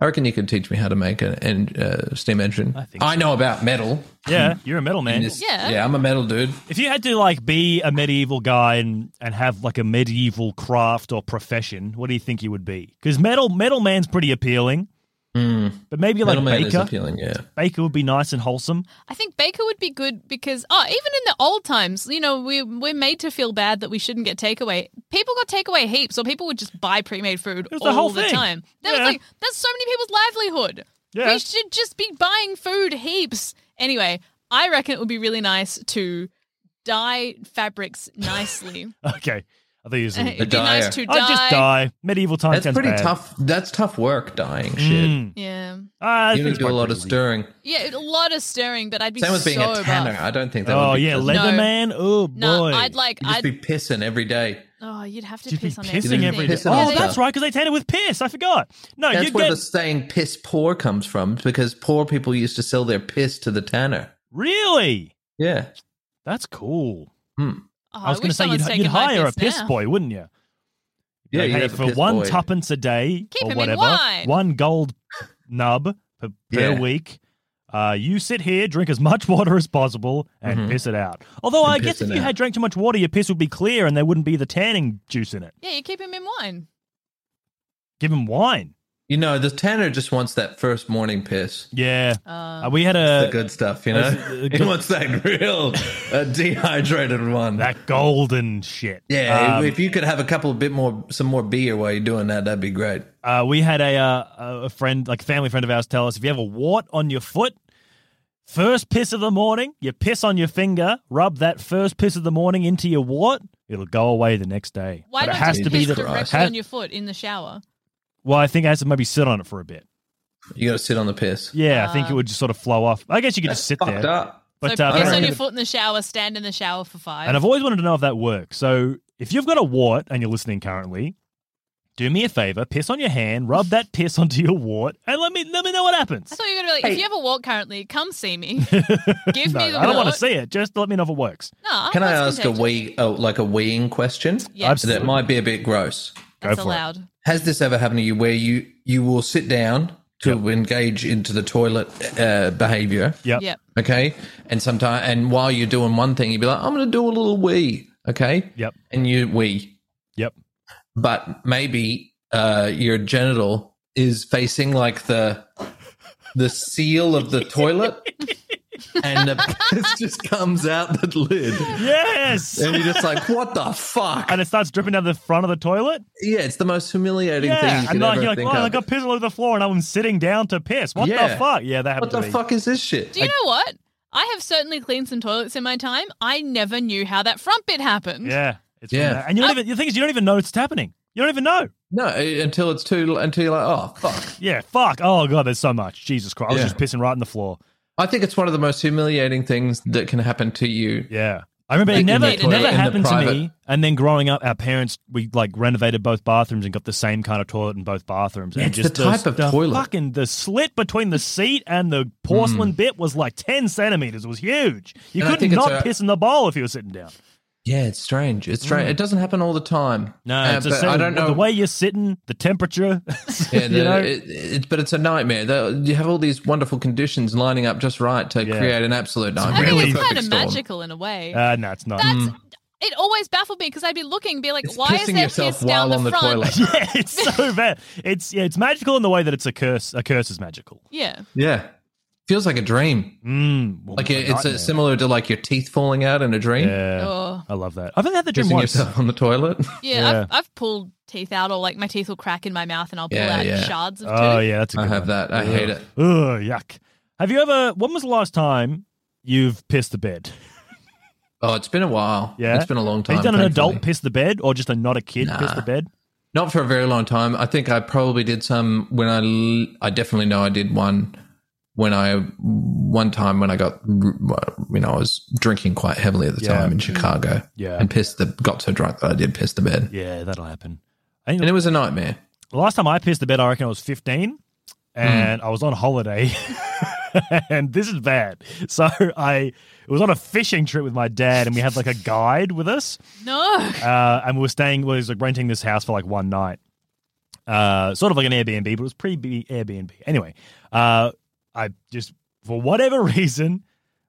[SPEAKER 5] I reckon you could teach me how to make an, an uh, steam engine.
[SPEAKER 6] I think
[SPEAKER 5] know about metal.
[SPEAKER 6] Yeah, you're a metal
[SPEAKER 5] *laughs* in
[SPEAKER 6] man.
[SPEAKER 5] this-
[SPEAKER 4] Yeah.
[SPEAKER 5] yeah, I'm a metal dude.
[SPEAKER 6] If you had to like be a medieval guy and, and have like a medieval craft or profession, what do you think you would be? Because metal metal man's pretty appealing,
[SPEAKER 5] Mm.
[SPEAKER 6] but maybe like
[SPEAKER 5] metal man is
[SPEAKER 6] baker
[SPEAKER 5] appealing. Yeah,
[SPEAKER 6] baker would be nice and wholesome. *laughs*
[SPEAKER 4] I think Baker would be good because, oh, even in the old times, you know, we we're made to feel bad that we shouldn't get takeaway. People got takeaway heaps, or people would just buy pre-made food
[SPEAKER 6] was
[SPEAKER 4] all
[SPEAKER 6] the whole
[SPEAKER 4] the
[SPEAKER 6] thing.
[SPEAKER 4] time. That
[SPEAKER 6] Yeah.
[SPEAKER 4] was like that's so many people's livelihood.
[SPEAKER 6] Yeah.
[SPEAKER 4] We should just be buying food heaps. Anyway, I reckon it would be really nice to dye fabrics nicely.
[SPEAKER 6] *laughs* Okay, I thought you was.
[SPEAKER 4] *laughs*
[SPEAKER 5] *laughs*
[SPEAKER 4] It'd
[SPEAKER 6] I'd
[SPEAKER 4] be nice
[SPEAKER 5] dyer.
[SPEAKER 4] to dye.
[SPEAKER 6] just die. Medieval times.
[SPEAKER 5] that's
[SPEAKER 6] sounds
[SPEAKER 5] pretty
[SPEAKER 6] bad.
[SPEAKER 5] tough. That's tough work. Dying shit.
[SPEAKER 6] Mm.
[SPEAKER 4] Yeah,
[SPEAKER 6] Ah, I
[SPEAKER 5] You
[SPEAKER 6] think
[SPEAKER 5] need
[SPEAKER 6] it's
[SPEAKER 5] to do a
[SPEAKER 6] quite
[SPEAKER 5] lot of
[SPEAKER 6] pretty.
[SPEAKER 5] stirring.
[SPEAKER 4] yeah, a lot of stirring, but I'd be
[SPEAKER 5] Same with
[SPEAKER 4] so
[SPEAKER 5] being a tanner.
[SPEAKER 4] buff.
[SPEAKER 5] I don't think that.
[SPEAKER 6] Oh
[SPEAKER 5] would be
[SPEAKER 6] yeah,
[SPEAKER 5] pleasant.
[SPEAKER 6] leather
[SPEAKER 4] No.
[SPEAKER 6] man. Oh boy.
[SPEAKER 4] No, I'd like
[SPEAKER 5] You'd
[SPEAKER 4] I'd
[SPEAKER 5] just be pissing every day.
[SPEAKER 4] Oh, you'd have to
[SPEAKER 6] You'd be
[SPEAKER 4] piss on
[SPEAKER 6] pissing
[SPEAKER 4] everything.
[SPEAKER 6] every day.
[SPEAKER 5] Piss on
[SPEAKER 6] Oh,
[SPEAKER 5] everything.
[SPEAKER 6] that's right, because they tainted with piss. I forgot. No,
[SPEAKER 5] That's
[SPEAKER 6] you
[SPEAKER 5] where
[SPEAKER 6] get
[SPEAKER 5] the saying "piss poor" comes from, because poor people used to sell their piss to the tanner.
[SPEAKER 6] really.
[SPEAKER 5] Yeah,
[SPEAKER 6] That's cool.
[SPEAKER 5] Hmm.
[SPEAKER 4] Oh,
[SPEAKER 6] I was going to
[SPEAKER 4] wish
[SPEAKER 6] say you'd,
[SPEAKER 4] Oh, someone's
[SPEAKER 6] you'd
[SPEAKER 4] taken my
[SPEAKER 6] hire a
[SPEAKER 4] piss
[SPEAKER 6] piss
[SPEAKER 4] now.
[SPEAKER 6] boy, wouldn't you?
[SPEAKER 5] yeah.
[SPEAKER 6] Like,
[SPEAKER 5] you'd
[SPEAKER 6] hey,
[SPEAKER 5] have a
[SPEAKER 6] for
[SPEAKER 5] piss
[SPEAKER 6] one
[SPEAKER 5] boy.
[SPEAKER 6] tuppence a day
[SPEAKER 4] Keep him
[SPEAKER 6] or
[SPEAKER 4] in
[SPEAKER 6] whatever,
[SPEAKER 4] wine.
[SPEAKER 6] one gold nub per, per
[SPEAKER 5] Yeah.
[SPEAKER 6] week. Uh, you sit here, drink as much water as possible, and piss it out. Although I
[SPEAKER 5] Mm-hmm. piss
[SPEAKER 6] guess if
[SPEAKER 5] it
[SPEAKER 6] you
[SPEAKER 5] out.
[SPEAKER 6] had drank too much water, your piss would be clear, and there wouldn't be the tanning juice in it.
[SPEAKER 4] Yeah, you keep him in wine.
[SPEAKER 6] Give him wine.
[SPEAKER 5] You know, the tanner just wants that first morning piss.
[SPEAKER 6] Yeah,
[SPEAKER 4] Uh,
[SPEAKER 6] Uh, we had
[SPEAKER 5] the
[SPEAKER 6] a
[SPEAKER 5] good stuff, you know.
[SPEAKER 6] that's- uh,
[SPEAKER 5] he *laughs*
[SPEAKER 6] good-
[SPEAKER 5] wants that real uh, dehydrated one.
[SPEAKER 6] that golden shit.
[SPEAKER 5] yeah,
[SPEAKER 6] Um,
[SPEAKER 5] if you could have a couple bit more, some more beer while you're doing that, that'd be great.
[SPEAKER 6] Uh, we had a uh, a friend, like a family friend of ours, tell us if you have a wart on your foot, first piss of the morning, you piss on your finger, rub that first piss of the morning into your wart, it'll go away the next day.
[SPEAKER 4] why
[SPEAKER 6] but
[SPEAKER 4] not
[SPEAKER 6] it has
[SPEAKER 4] just
[SPEAKER 6] to be
[SPEAKER 4] piss
[SPEAKER 6] the
[SPEAKER 4] directly
[SPEAKER 6] ha-
[SPEAKER 4] on your foot in the shower?
[SPEAKER 6] Well, I think it has to maybe sit on it for a bit.
[SPEAKER 5] You got to sit on the piss.
[SPEAKER 6] Yeah, I think it would just sort of flow off. I guess you could just sit
[SPEAKER 5] Fucked
[SPEAKER 6] there.
[SPEAKER 5] up.
[SPEAKER 6] But
[SPEAKER 4] Uh, so
[SPEAKER 6] uh,
[SPEAKER 4] piss
[SPEAKER 5] I
[SPEAKER 4] on
[SPEAKER 5] reckon-
[SPEAKER 4] your foot in the shower, stand in the shower for five.
[SPEAKER 6] And I've always wanted to know if that works. So if you've got a wart and you're listening currently, do me a favor, piss on your hand, rub that piss *laughs* onto your wart, and let me let me know what happens.
[SPEAKER 4] I thought you were gonna be like, if you have a walk currently, come see me.
[SPEAKER 6] *laughs*
[SPEAKER 4] Give me the
[SPEAKER 6] I don't want to
[SPEAKER 4] wart.
[SPEAKER 6] see it. Just let me know if it works.
[SPEAKER 4] No,
[SPEAKER 5] Can I
[SPEAKER 4] that's
[SPEAKER 5] ask a
[SPEAKER 4] contagious.
[SPEAKER 5] wee, oh, like a weeing question?
[SPEAKER 4] Yes.
[SPEAKER 6] Absolutely.
[SPEAKER 5] That might be a bit gross.
[SPEAKER 4] That's
[SPEAKER 6] Go for it.
[SPEAKER 4] allowed.
[SPEAKER 5] Has this ever happened to you where you you will sit down to
[SPEAKER 6] Yep.
[SPEAKER 5] engage into the toilet uh, behavior?
[SPEAKER 6] Yep.
[SPEAKER 4] Yep.
[SPEAKER 5] Okay. And sometimes, and while you're doing one thing, you'd be like, I'm going to do a little wee. Okay.
[SPEAKER 6] Yep.
[SPEAKER 5] And you wee.
[SPEAKER 6] Yep.
[SPEAKER 5] but maybe uh, your genital is facing like the the seal of the toilet, and the piss *laughs* just comes out the lid,
[SPEAKER 6] Yes.
[SPEAKER 5] and you're just like, "What the
[SPEAKER 6] *laughs*
[SPEAKER 5] fuck?"
[SPEAKER 6] and it starts dripping down the front of the toilet.
[SPEAKER 5] Yeah, it's the most humiliating thing
[SPEAKER 6] Yeah. And
[SPEAKER 5] you could
[SPEAKER 6] like,
[SPEAKER 5] ever
[SPEAKER 6] you're like,
[SPEAKER 5] think
[SPEAKER 6] oh, I
[SPEAKER 5] of.
[SPEAKER 6] got piss all over the floor, and I'm sitting down to piss. What
[SPEAKER 5] Yeah.
[SPEAKER 6] the fuck? Yeah, that happened
[SPEAKER 5] what the
[SPEAKER 6] to me.
[SPEAKER 5] fuck is this shit?
[SPEAKER 4] Do you know what? I have certainly cleaned some toilets in my time. I never knew how that front bit happened.
[SPEAKER 6] Yeah. It's from
[SPEAKER 5] Yeah.
[SPEAKER 6] that. And you don't
[SPEAKER 4] I-
[SPEAKER 6] even, the thing is, you don't even know it's happening. You don't even know.
[SPEAKER 5] No, uh, until it's too until you're like, "Oh fuck."
[SPEAKER 6] Yeah. Fuck. Oh god, there's so much. Jesus Christ. I
[SPEAKER 5] Yeah.
[SPEAKER 6] was just pissing right on the floor.
[SPEAKER 5] I think it's one of the most humiliating things that can happen to you.
[SPEAKER 6] Yeah. I remember it
[SPEAKER 5] Like in
[SPEAKER 6] never
[SPEAKER 4] the
[SPEAKER 6] it
[SPEAKER 4] toilet,
[SPEAKER 6] never
[SPEAKER 4] in the
[SPEAKER 6] happened to me.
[SPEAKER 5] private-
[SPEAKER 6] And then growing up, our parents we like renovated both bathrooms and got the same kind of toilet in both bathrooms. and
[SPEAKER 5] It's the
[SPEAKER 6] just
[SPEAKER 5] type
[SPEAKER 6] the,
[SPEAKER 5] of toilet.
[SPEAKER 6] Fucking the slit between the seat and the porcelain bit was like ten centimeters. It was huge. You
[SPEAKER 5] And I
[SPEAKER 6] couldn't
[SPEAKER 5] think it's
[SPEAKER 6] not
[SPEAKER 5] a-
[SPEAKER 6] piss in the bowl if you were sitting down.
[SPEAKER 5] Yeah, it's strange. It's strange. It doesn't happen all the time.
[SPEAKER 6] Mm. No,
[SPEAKER 5] Uh,
[SPEAKER 6] it's
[SPEAKER 5] but
[SPEAKER 6] the same.
[SPEAKER 5] I don't know
[SPEAKER 6] the way you're sitting, the temperature. *laughs*
[SPEAKER 5] Yeah,
[SPEAKER 6] you
[SPEAKER 5] the-
[SPEAKER 6] know?
[SPEAKER 5] it, it, but it's a nightmare. The- you have all these wonderful conditions lining up just right to
[SPEAKER 6] Yeah.
[SPEAKER 5] create an absolute
[SPEAKER 4] I
[SPEAKER 5] nightmare.
[SPEAKER 4] think
[SPEAKER 6] Really?
[SPEAKER 4] it's kind
[SPEAKER 5] Perfect
[SPEAKER 4] of
[SPEAKER 5] storm.
[SPEAKER 4] magical in a way.
[SPEAKER 6] uh, no, it's not.
[SPEAKER 4] That's it always baffled me because I'd be looking, be like,
[SPEAKER 5] It's
[SPEAKER 4] why is
[SPEAKER 5] pissing
[SPEAKER 4] there
[SPEAKER 5] yourself
[SPEAKER 4] piss down
[SPEAKER 5] while on
[SPEAKER 4] the
[SPEAKER 5] the
[SPEAKER 4] front?
[SPEAKER 6] *laughs*
[SPEAKER 5] toilet.
[SPEAKER 6] yeah, it's
[SPEAKER 5] *laughs*
[SPEAKER 6] so bad. It's yeah, it's magical in the way that it's a curse. A curse is magical.
[SPEAKER 4] *laughs* Yeah.
[SPEAKER 5] Yeah. Feels like a dream.
[SPEAKER 6] Mm, well,
[SPEAKER 5] Like it- it's
[SPEAKER 6] nightmare.
[SPEAKER 5] a, similar to like your teeth falling out in a dream.
[SPEAKER 6] Yeah,
[SPEAKER 4] Oh.
[SPEAKER 6] I love that. I've only had the dream
[SPEAKER 5] Pissing
[SPEAKER 6] once.
[SPEAKER 5] yourself on the toilet. *laughs*
[SPEAKER 4] Yeah,
[SPEAKER 6] Yeah.
[SPEAKER 4] I've, I've pulled teeth out, or like my teeth will crack in my mouth, and I'll pull
[SPEAKER 5] Yeah,
[SPEAKER 4] out
[SPEAKER 5] yeah.
[SPEAKER 4] shards of tooth.
[SPEAKER 6] Oh yeah, that's a
[SPEAKER 5] I
[SPEAKER 6] good
[SPEAKER 5] have
[SPEAKER 6] one.
[SPEAKER 5] that. I hate it.
[SPEAKER 6] Ugh, yuck. Have you ever? When was the last time you've pissed the bed?
[SPEAKER 5] Oh, it's been a while.
[SPEAKER 6] Yeah,
[SPEAKER 5] It's been a long time.
[SPEAKER 6] Have you done an
[SPEAKER 5] thankfully.
[SPEAKER 6] adult piss the bed or just a not a kid piss the bed?
[SPEAKER 5] Not for a very long time. I think I probably did some when I. l- I definitely know I did one when I one time when I got you know I was drinking quite heavily at the
[SPEAKER 6] Yeah.
[SPEAKER 5] time in Chicago.
[SPEAKER 6] Yeah.
[SPEAKER 5] and pissed the got so drunk that I did piss the bed,
[SPEAKER 6] Yeah, that'll happen. I think
[SPEAKER 5] and it was a nightmare.
[SPEAKER 6] the last time I pissed the bed, I reckon I was fifteen, and
[SPEAKER 5] Hmm.
[SPEAKER 6] I was on holiday. *laughs* and this is bad. So I it was on a fishing trip with my dad, and we had like a guide with us.
[SPEAKER 4] No. *laughs*
[SPEAKER 6] *laughs* uh, and we were staying. Well, he was like renting this house for like one night, uh, sort of like an Airbnb, but it was pre Airbnb. Anyway, uh, I just for whatever *laughs* reason,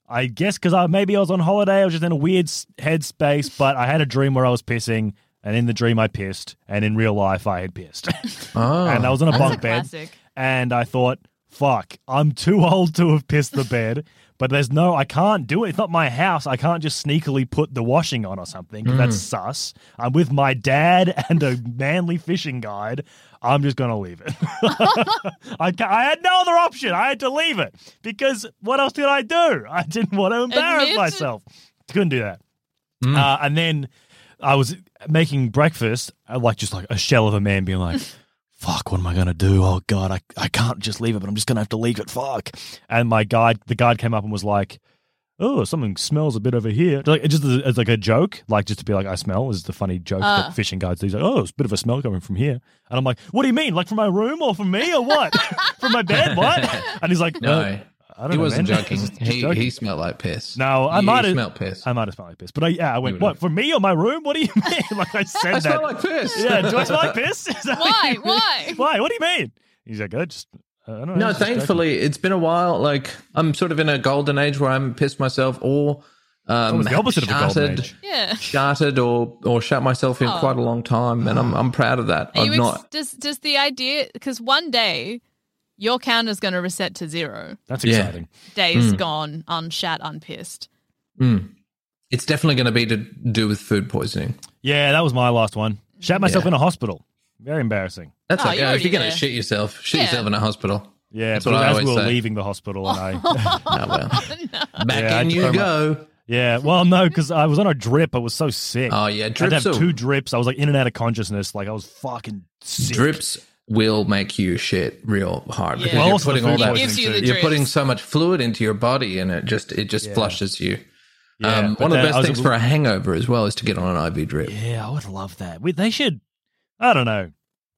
[SPEAKER 6] I guess because I maybe I was on holiday, I was just in a weird s- headspace, but I had a dream where I was pissing, and in the dream I pissed, and in real life I had pissed, *laughs*
[SPEAKER 5] Oh,
[SPEAKER 6] and I was on a
[SPEAKER 4] That's
[SPEAKER 6] bunk
[SPEAKER 4] a
[SPEAKER 6] bed,
[SPEAKER 4] classic.
[SPEAKER 6] and I thought. Fuck, I'm too old to have pissed the bed, but there's no, I can't do it. It's not my house. I can't just sneakily put the washing on or something. 'cause That's sus. I'm with my dad *laughs* and a manly fishing guide. I'm just going to leave it. *laughs* I, ca- I had no other option. I had to leave it because what else did I do? I didn't want to embarrass
[SPEAKER 4] Admit it.
[SPEAKER 6] myself. Couldn't do that. Uh, and then I was making breakfast, uh, like just like a shell of a man being like, fuck, what am I going to do? Oh, God, I, I can't just leave it, but I'm just going to have to leave it. Fuck. And my guide, the guide came up and was like, oh, something smells a bit over here. Like, it just as like a joke, like just to be like, I smell is the funny joke
[SPEAKER 4] Ah.
[SPEAKER 6] that fishing guides do. He's like, oh, it's a bit of a smell coming from here. And I'm like, what do you mean? Like from my room or from me or what? from my bed? What? And he's like,
[SPEAKER 5] no,
[SPEAKER 6] no. uh, I don't
[SPEAKER 5] he
[SPEAKER 6] know,
[SPEAKER 5] wasn't
[SPEAKER 6] man. *laughs*
[SPEAKER 5] joking.
[SPEAKER 6] Just- just
[SPEAKER 5] He,
[SPEAKER 6] joking.
[SPEAKER 5] he smelled like piss.
[SPEAKER 6] No, I
[SPEAKER 5] You
[SPEAKER 6] might have
[SPEAKER 5] smelled piss.
[SPEAKER 6] I might have smelled like piss, but I yeah, I went
[SPEAKER 5] would
[SPEAKER 6] what
[SPEAKER 5] have.
[SPEAKER 6] for me or my room? What do you mean? *laughs* Like I said
[SPEAKER 5] I
[SPEAKER 6] that.
[SPEAKER 5] smell like *laughs* piss.
[SPEAKER 6] *laughs* yeah, do I smell like piss? *laughs* Is that what
[SPEAKER 4] Why?
[SPEAKER 6] you mean?
[SPEAKER 4] Why?
[SPEAKER 6] Why? What do you mean? He's like, I just I don't know.
[SPEAKER 5] No,
[SPEAKER 6] it's just joking.
[SPEAKER 5] thankfully, it's been a while. Like I'm sort of in a golden age where I'm pissed myself or um,
[SPEAKER 6] Almost the opposite of a golden
[SPEAKER 5] shattered-
[SPEAKER 6] age.
[SPEAKER 4] Yeah.
[SPEAKER 5] Shattered or or shut myself in quite a long time, and I'm I'm proud of that.
[SPEAKER 4] Oh. Are you
[SPEAKER 5] I've
[SPEAKER 4] ex-
[SPEAKER 5] not.
[SPEAKER 4] does, does the idea, because one day your counter's going to reset to zero.
[SPEAKER 6] That's
[SPEAKER 5] Yeah.
[SPEAKER 6] exciting.
[SPEAKER 4] Days
[SPEAKER 5] Hmm.
[SPEAKER 4] gone, unshat, unpissed.
[SPEAKER 5] It's definitely going to be to do with food poisoning.
[SPEAKER 6] Yeah. that was my last one. Shat myself
[SPEAKER 5] Yeah.
[SPEAKER 6] in a hospital. Very embarrassing.
[SPEAKER 5] That's
[SPEAKER 4] Oh, you're
[SPEAKER 5] okay. if you're
[SPEAKER 4] already
[SPEAKER 5] going
[SPEAKER 4] there.
[SPEAKER 5] to shit yourself, shit
[SPEAKER 4] Yeah.
[SPEAKER 5] yourself in a hospital.
[SPEAKER 6] Yeah,
[SPEAKER 5] That's
[SPEAKER 6] but
[SPEAKER 5] what I
[SPEAKER 6] as we
[SPEAKER 5] always
[SPEAKER 6] were
[SPEAKER 5] say.
[SPEAKER 6] leaving the hospital and I
[SPEAKER 4] *laughs*
[SPEAKER 6] *laughs*
[SPEAKER 5] Oh, well. Back
[SPEAKER 6] Yeah, I
[SPEAKER 5] in
[SPEAKER 6] had to
[SPEAKER 5] you
[SPEAKER 6] throw my-
[SPEAKER 5] go.
[SPEAKER 6] Yeah, well no, because I was on a drip. I was so sick.
[SPEAKER 5] Oh yeah,
[SPEAKER 6] I had to
[SPEAKER 5] drips.
[SPEAKER 6] have
[SPEAKER 5] will-
[SPEAKER 6] two drips. I was like in and out of consciousness. Like I was fucking sick.
[SPEAKER 5] drips will make you shit real hard because
[SPEAKER 4] Well,
[SPEAKER 5] you're
[SPEAKER 6] also the
[SPEAKER 5] putting
[SPEAKER 6] food
[SPEAKER 5] all that.
[SPEAKER 6] poisoning
[SPEAKER 4] Gives you the
[SPEAKER 5] you're
[SPEAKER 4] drips.
[SPEAKER 5] putting so much fluid into your body, and it just it just flushes you.
[SPEAKER 6] Yeah,
[SPEAKER 5] um,
[SPEAKER 6] but
[SPEAKER 5] one of the
[SPEAKER 6] then I
[SPEAKER 5] best
[SPEAKER 6] was
[SPEAKER 5] things
[SPEAKER 6] a-
[SPEAKER 5] for a hangover as well is to get on an IV drip.
[SPEAKER 6] Yeah, I would love that. We, they should, I don't know,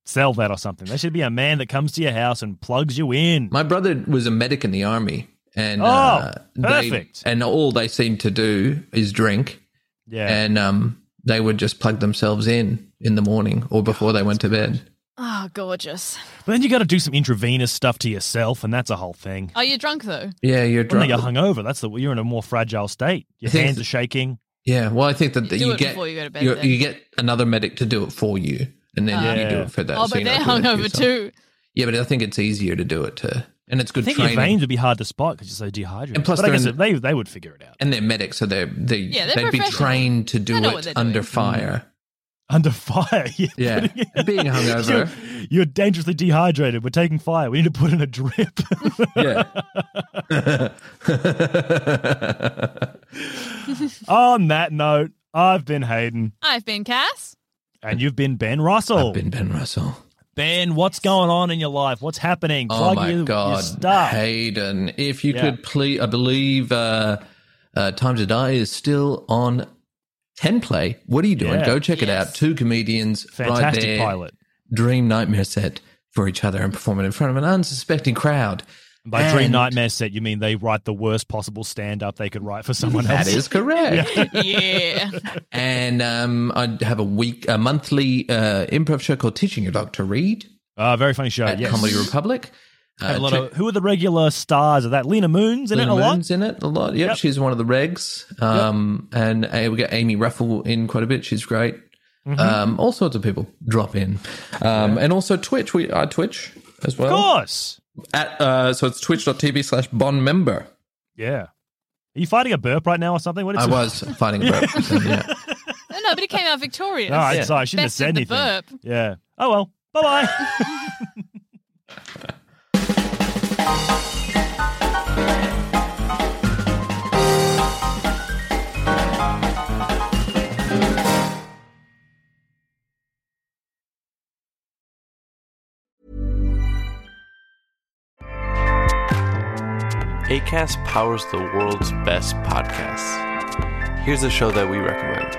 [SPEAKER 6] sell that or something. They should be a man that comes to your house and plugs you in.
[SPEAKER 5] My brother was a medic in the army, and
[SPEAKER 6] Oh,
[SPEAKER 5] uh, they-
[SPEAKER 6] perfect.
[SPEAKER 5] and all they seem to do is drink,
[SPEAKER 6] yeah.
[SPEAKER 5] and um, they would just plug themselves in in the morning or before they went to bed.
[SPEAKER 4] oh, gorgeous.
[SPEAKER 6] but then you got to do some intravenous stuff to yourself, and that's a whole thing.
[SPEAKER 4] Are you drunk, though?
[SPEAKER 5] Yeah, you're
[SPEAKER 6] When
[SPEAKER 5] drunk.
[SPEAKER 6] you're hungover, that's the you're in a more fragile state. Your
[SPEAKER 5] I think
[SPEAKER 6] hands
[SPEAKER 5] so.
[SPEAKER 6] are shaking.
[SPEAKER 5] yeah, well, I think that
[SPEAKER 4] You
[SPEAKER 5] you,
[SPEAKER 4] do it
[SPEAKER 5] get
[SPEAKER 4] before you go to bed
[SPEAKER 5] you're-
[SPEAKER 4] then.
[SPEAKER 5] you get another medic to do it for you, and then you do
[SPEAKER 6] Yeah.
[SPEAKER 5] it for that.
[SPEAKER 4] oh,
[SPEAKER 5] so
[SPEAKER 4] but
[SPEAKER 5] you're
[SPEAKER 4] they're
[SPEAKER 5] not doing it for
[SPEAKER 4] hungover,
[SPEAKER 5] yourself.
[SPEAKER 4] too.
[SPEAKER 5] Yeah, but I think it's easier to do it to, and it's
[SPEAKER 6] I
[SPEAKER 5] good
[SPEAKER 6] think
[SPEAKER 5] training.
[SPEAKER 6] your veins would be hard to spot because you're so dehydrated.
[SPEAKER 5] And plus
[SPEAKER 6] but I
[SPEAKER 5] they're
[SPEAKER 6] guess
[SPEAKER 5] in-
[SPEAKER 6] they they would figure it out *laughs*
[SPEAKER 5] and they're medics, so they're, they
[SPEAKER 4] Yeah, they're
[SPEAKER 5] they'd be
[SPEAKER 4] professional.
[SPEAKER 5] trained to
[SPEAKER 4] They
[SPEAKER 5] do
[SPEAKER 4] know what they're
[SPEAKER 5] it under
[SPEAKER 4] doing.
[SPEAKER 5] fire.
[SPEAKER 6] under fire. *laughs* yeah.
[SPEAKER 5] Yeah, being hungover.
[SPEAKER 6] You're, you're dangerously dehydrated. We're taking fire. We need to put in a drip. *laughs*
[SPEAKER 5] yeah.
[SPEAKER 6] On that note, I've been Hayden,
[SPEAKER 4] I've been
[SPEAKER 5] *laughs*
[SPEAKER 4] Cass.
[SPEAKER 6] and you've been Ben Russell.
[SPEAKER 5] I've been Ben Russell.
[SPEAKER 6] Ben, what's going on in your life? What's happening?
[SPEAKER 5] Oh
[SPEAKER 6] Plug
[SPEAKER 5] my
[SPEAKER 6] your, Your
[SPEAKER 5] God,
[SPEAKER 6] stuff.
[SPEAKER 5] Hayden! If you
[SPEAKER 6] Yeah.
[SPEAKER 5] could please, I believe uh, uh, Time to Die is still on ten play. What are you doing?
[SPEAKER 6] Yeah.
[SPEAKER 5] Go check it
[SPEAKER 4] Yes.
[SPEAKER 5] out. Two comedians,
[SPEAKER 6] Fantastic
[SPEAKER 5] right there.
[SPEAKER 6] pilot.
[SPEAKER 5] dream nightmare set for each other and perform it in front of an unsuspecting crowd.
[SPEAKER 6] And by Dream
[SPEAKER 5] And-
[SPEAKER 6] Nightmare set, you mean they write the worst possible stand up they could write for someone else? *laughs*
[SPEAKER 5] That is correct.
[SPEAKER 4] Yeah.
[SPEAKER 5] And um, I have a week, a monthly uh, improv show called Teaching Your Dog to Read
[SPEAKER 6] Uh, very funny show.
[SPEAKER 5] at
[SPEAKER 6] Yes.
[SPEAKER 5] Comedy Republic. Uh,
[SPEAKER 6] Have a lot
[SPEAKER 5] check-
[SPEAKER 6] of, who are the regular stars of that? Lena Moon's in
[SPEAKER 5] Lena
[SPEAKER 6] it a lot.
[SPEAKER 5] Moon's in it a lot. Yep,
[SPEAKER 6] Yep.
[SPEAKER 5] she's one of the regs. Um, And uh, we get Amy Ruffle in quite a bit. She's great.
[SPEAKER 6] Mm-hmm.
[SPEAKER 5] Um, all sorts of people drop in, um, and also Twitch. We are Twitch as well.
[SPEAKER 6] Of course.
[SPEAKER 5] At uh, so it's twitch.tv slash bond member.
[SPEAKER 6] Yeah. Are you fighting a burp right now or something? What is
[SPEAKER 5] I
[SPEAKER 6] it?
[SPEAKER 5] was
[SPEAKER 6] *laughs*
[SPEAKER 5] fighting a burp. yeah.
[SPEAKER 4] No, no, but it came out victorious.
[SPEAKER 6] No, I, sorry, I shouldn't
[SPEAKER 4] Best
[SPEAKER 6] have said
[SPEAKER 4] of the
[SPEAKER 6] anything. Yeah. Oh well. Bye bye.
[SPEAKER 8] ACAST powers the world's best podcasts. Here's a show that we recommend.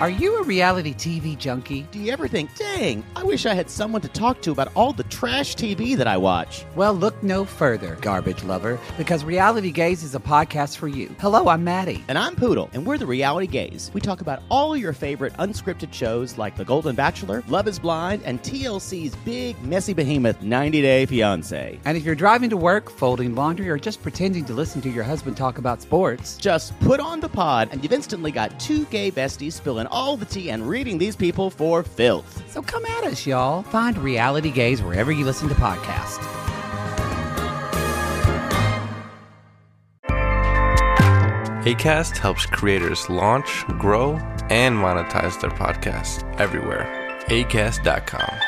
[SPEAKER 9] Are you a reality TV junkie?
[SPEAKER 10] Do you ever think, dang, I wish I had someone to talk to about all the trash TV that I watch?
[SPEAKER 9] Well, look no further, garbage lover, because Reality Gaze is a podcast for you. Hello, I'm Maddie.
[SPEAKER 10] And I'm Poodle, and we're the Reality Gaze. We talk about all your favorite unscripted shows like The Golden Bachelor, Love is Blind, and TLC's big, messy behemoth, 90 Day Fiancé.
[SPEAKER 9] And if you're driving to work, folding laundry, or just pretending to listen to your husband talk about sports,
[SPEAKER 10] Just put on the pod, and you've instantly got two gay besties spilling all the tea and reading these people for filth.
[SPEAKER 9] so come at us, y'all. Find Reality Gaze wherever you listen to podcasts.
[SPEAKER 8] ACAST helps creators launch, grow, and monetize their podcasts everywhere. ACAST.com.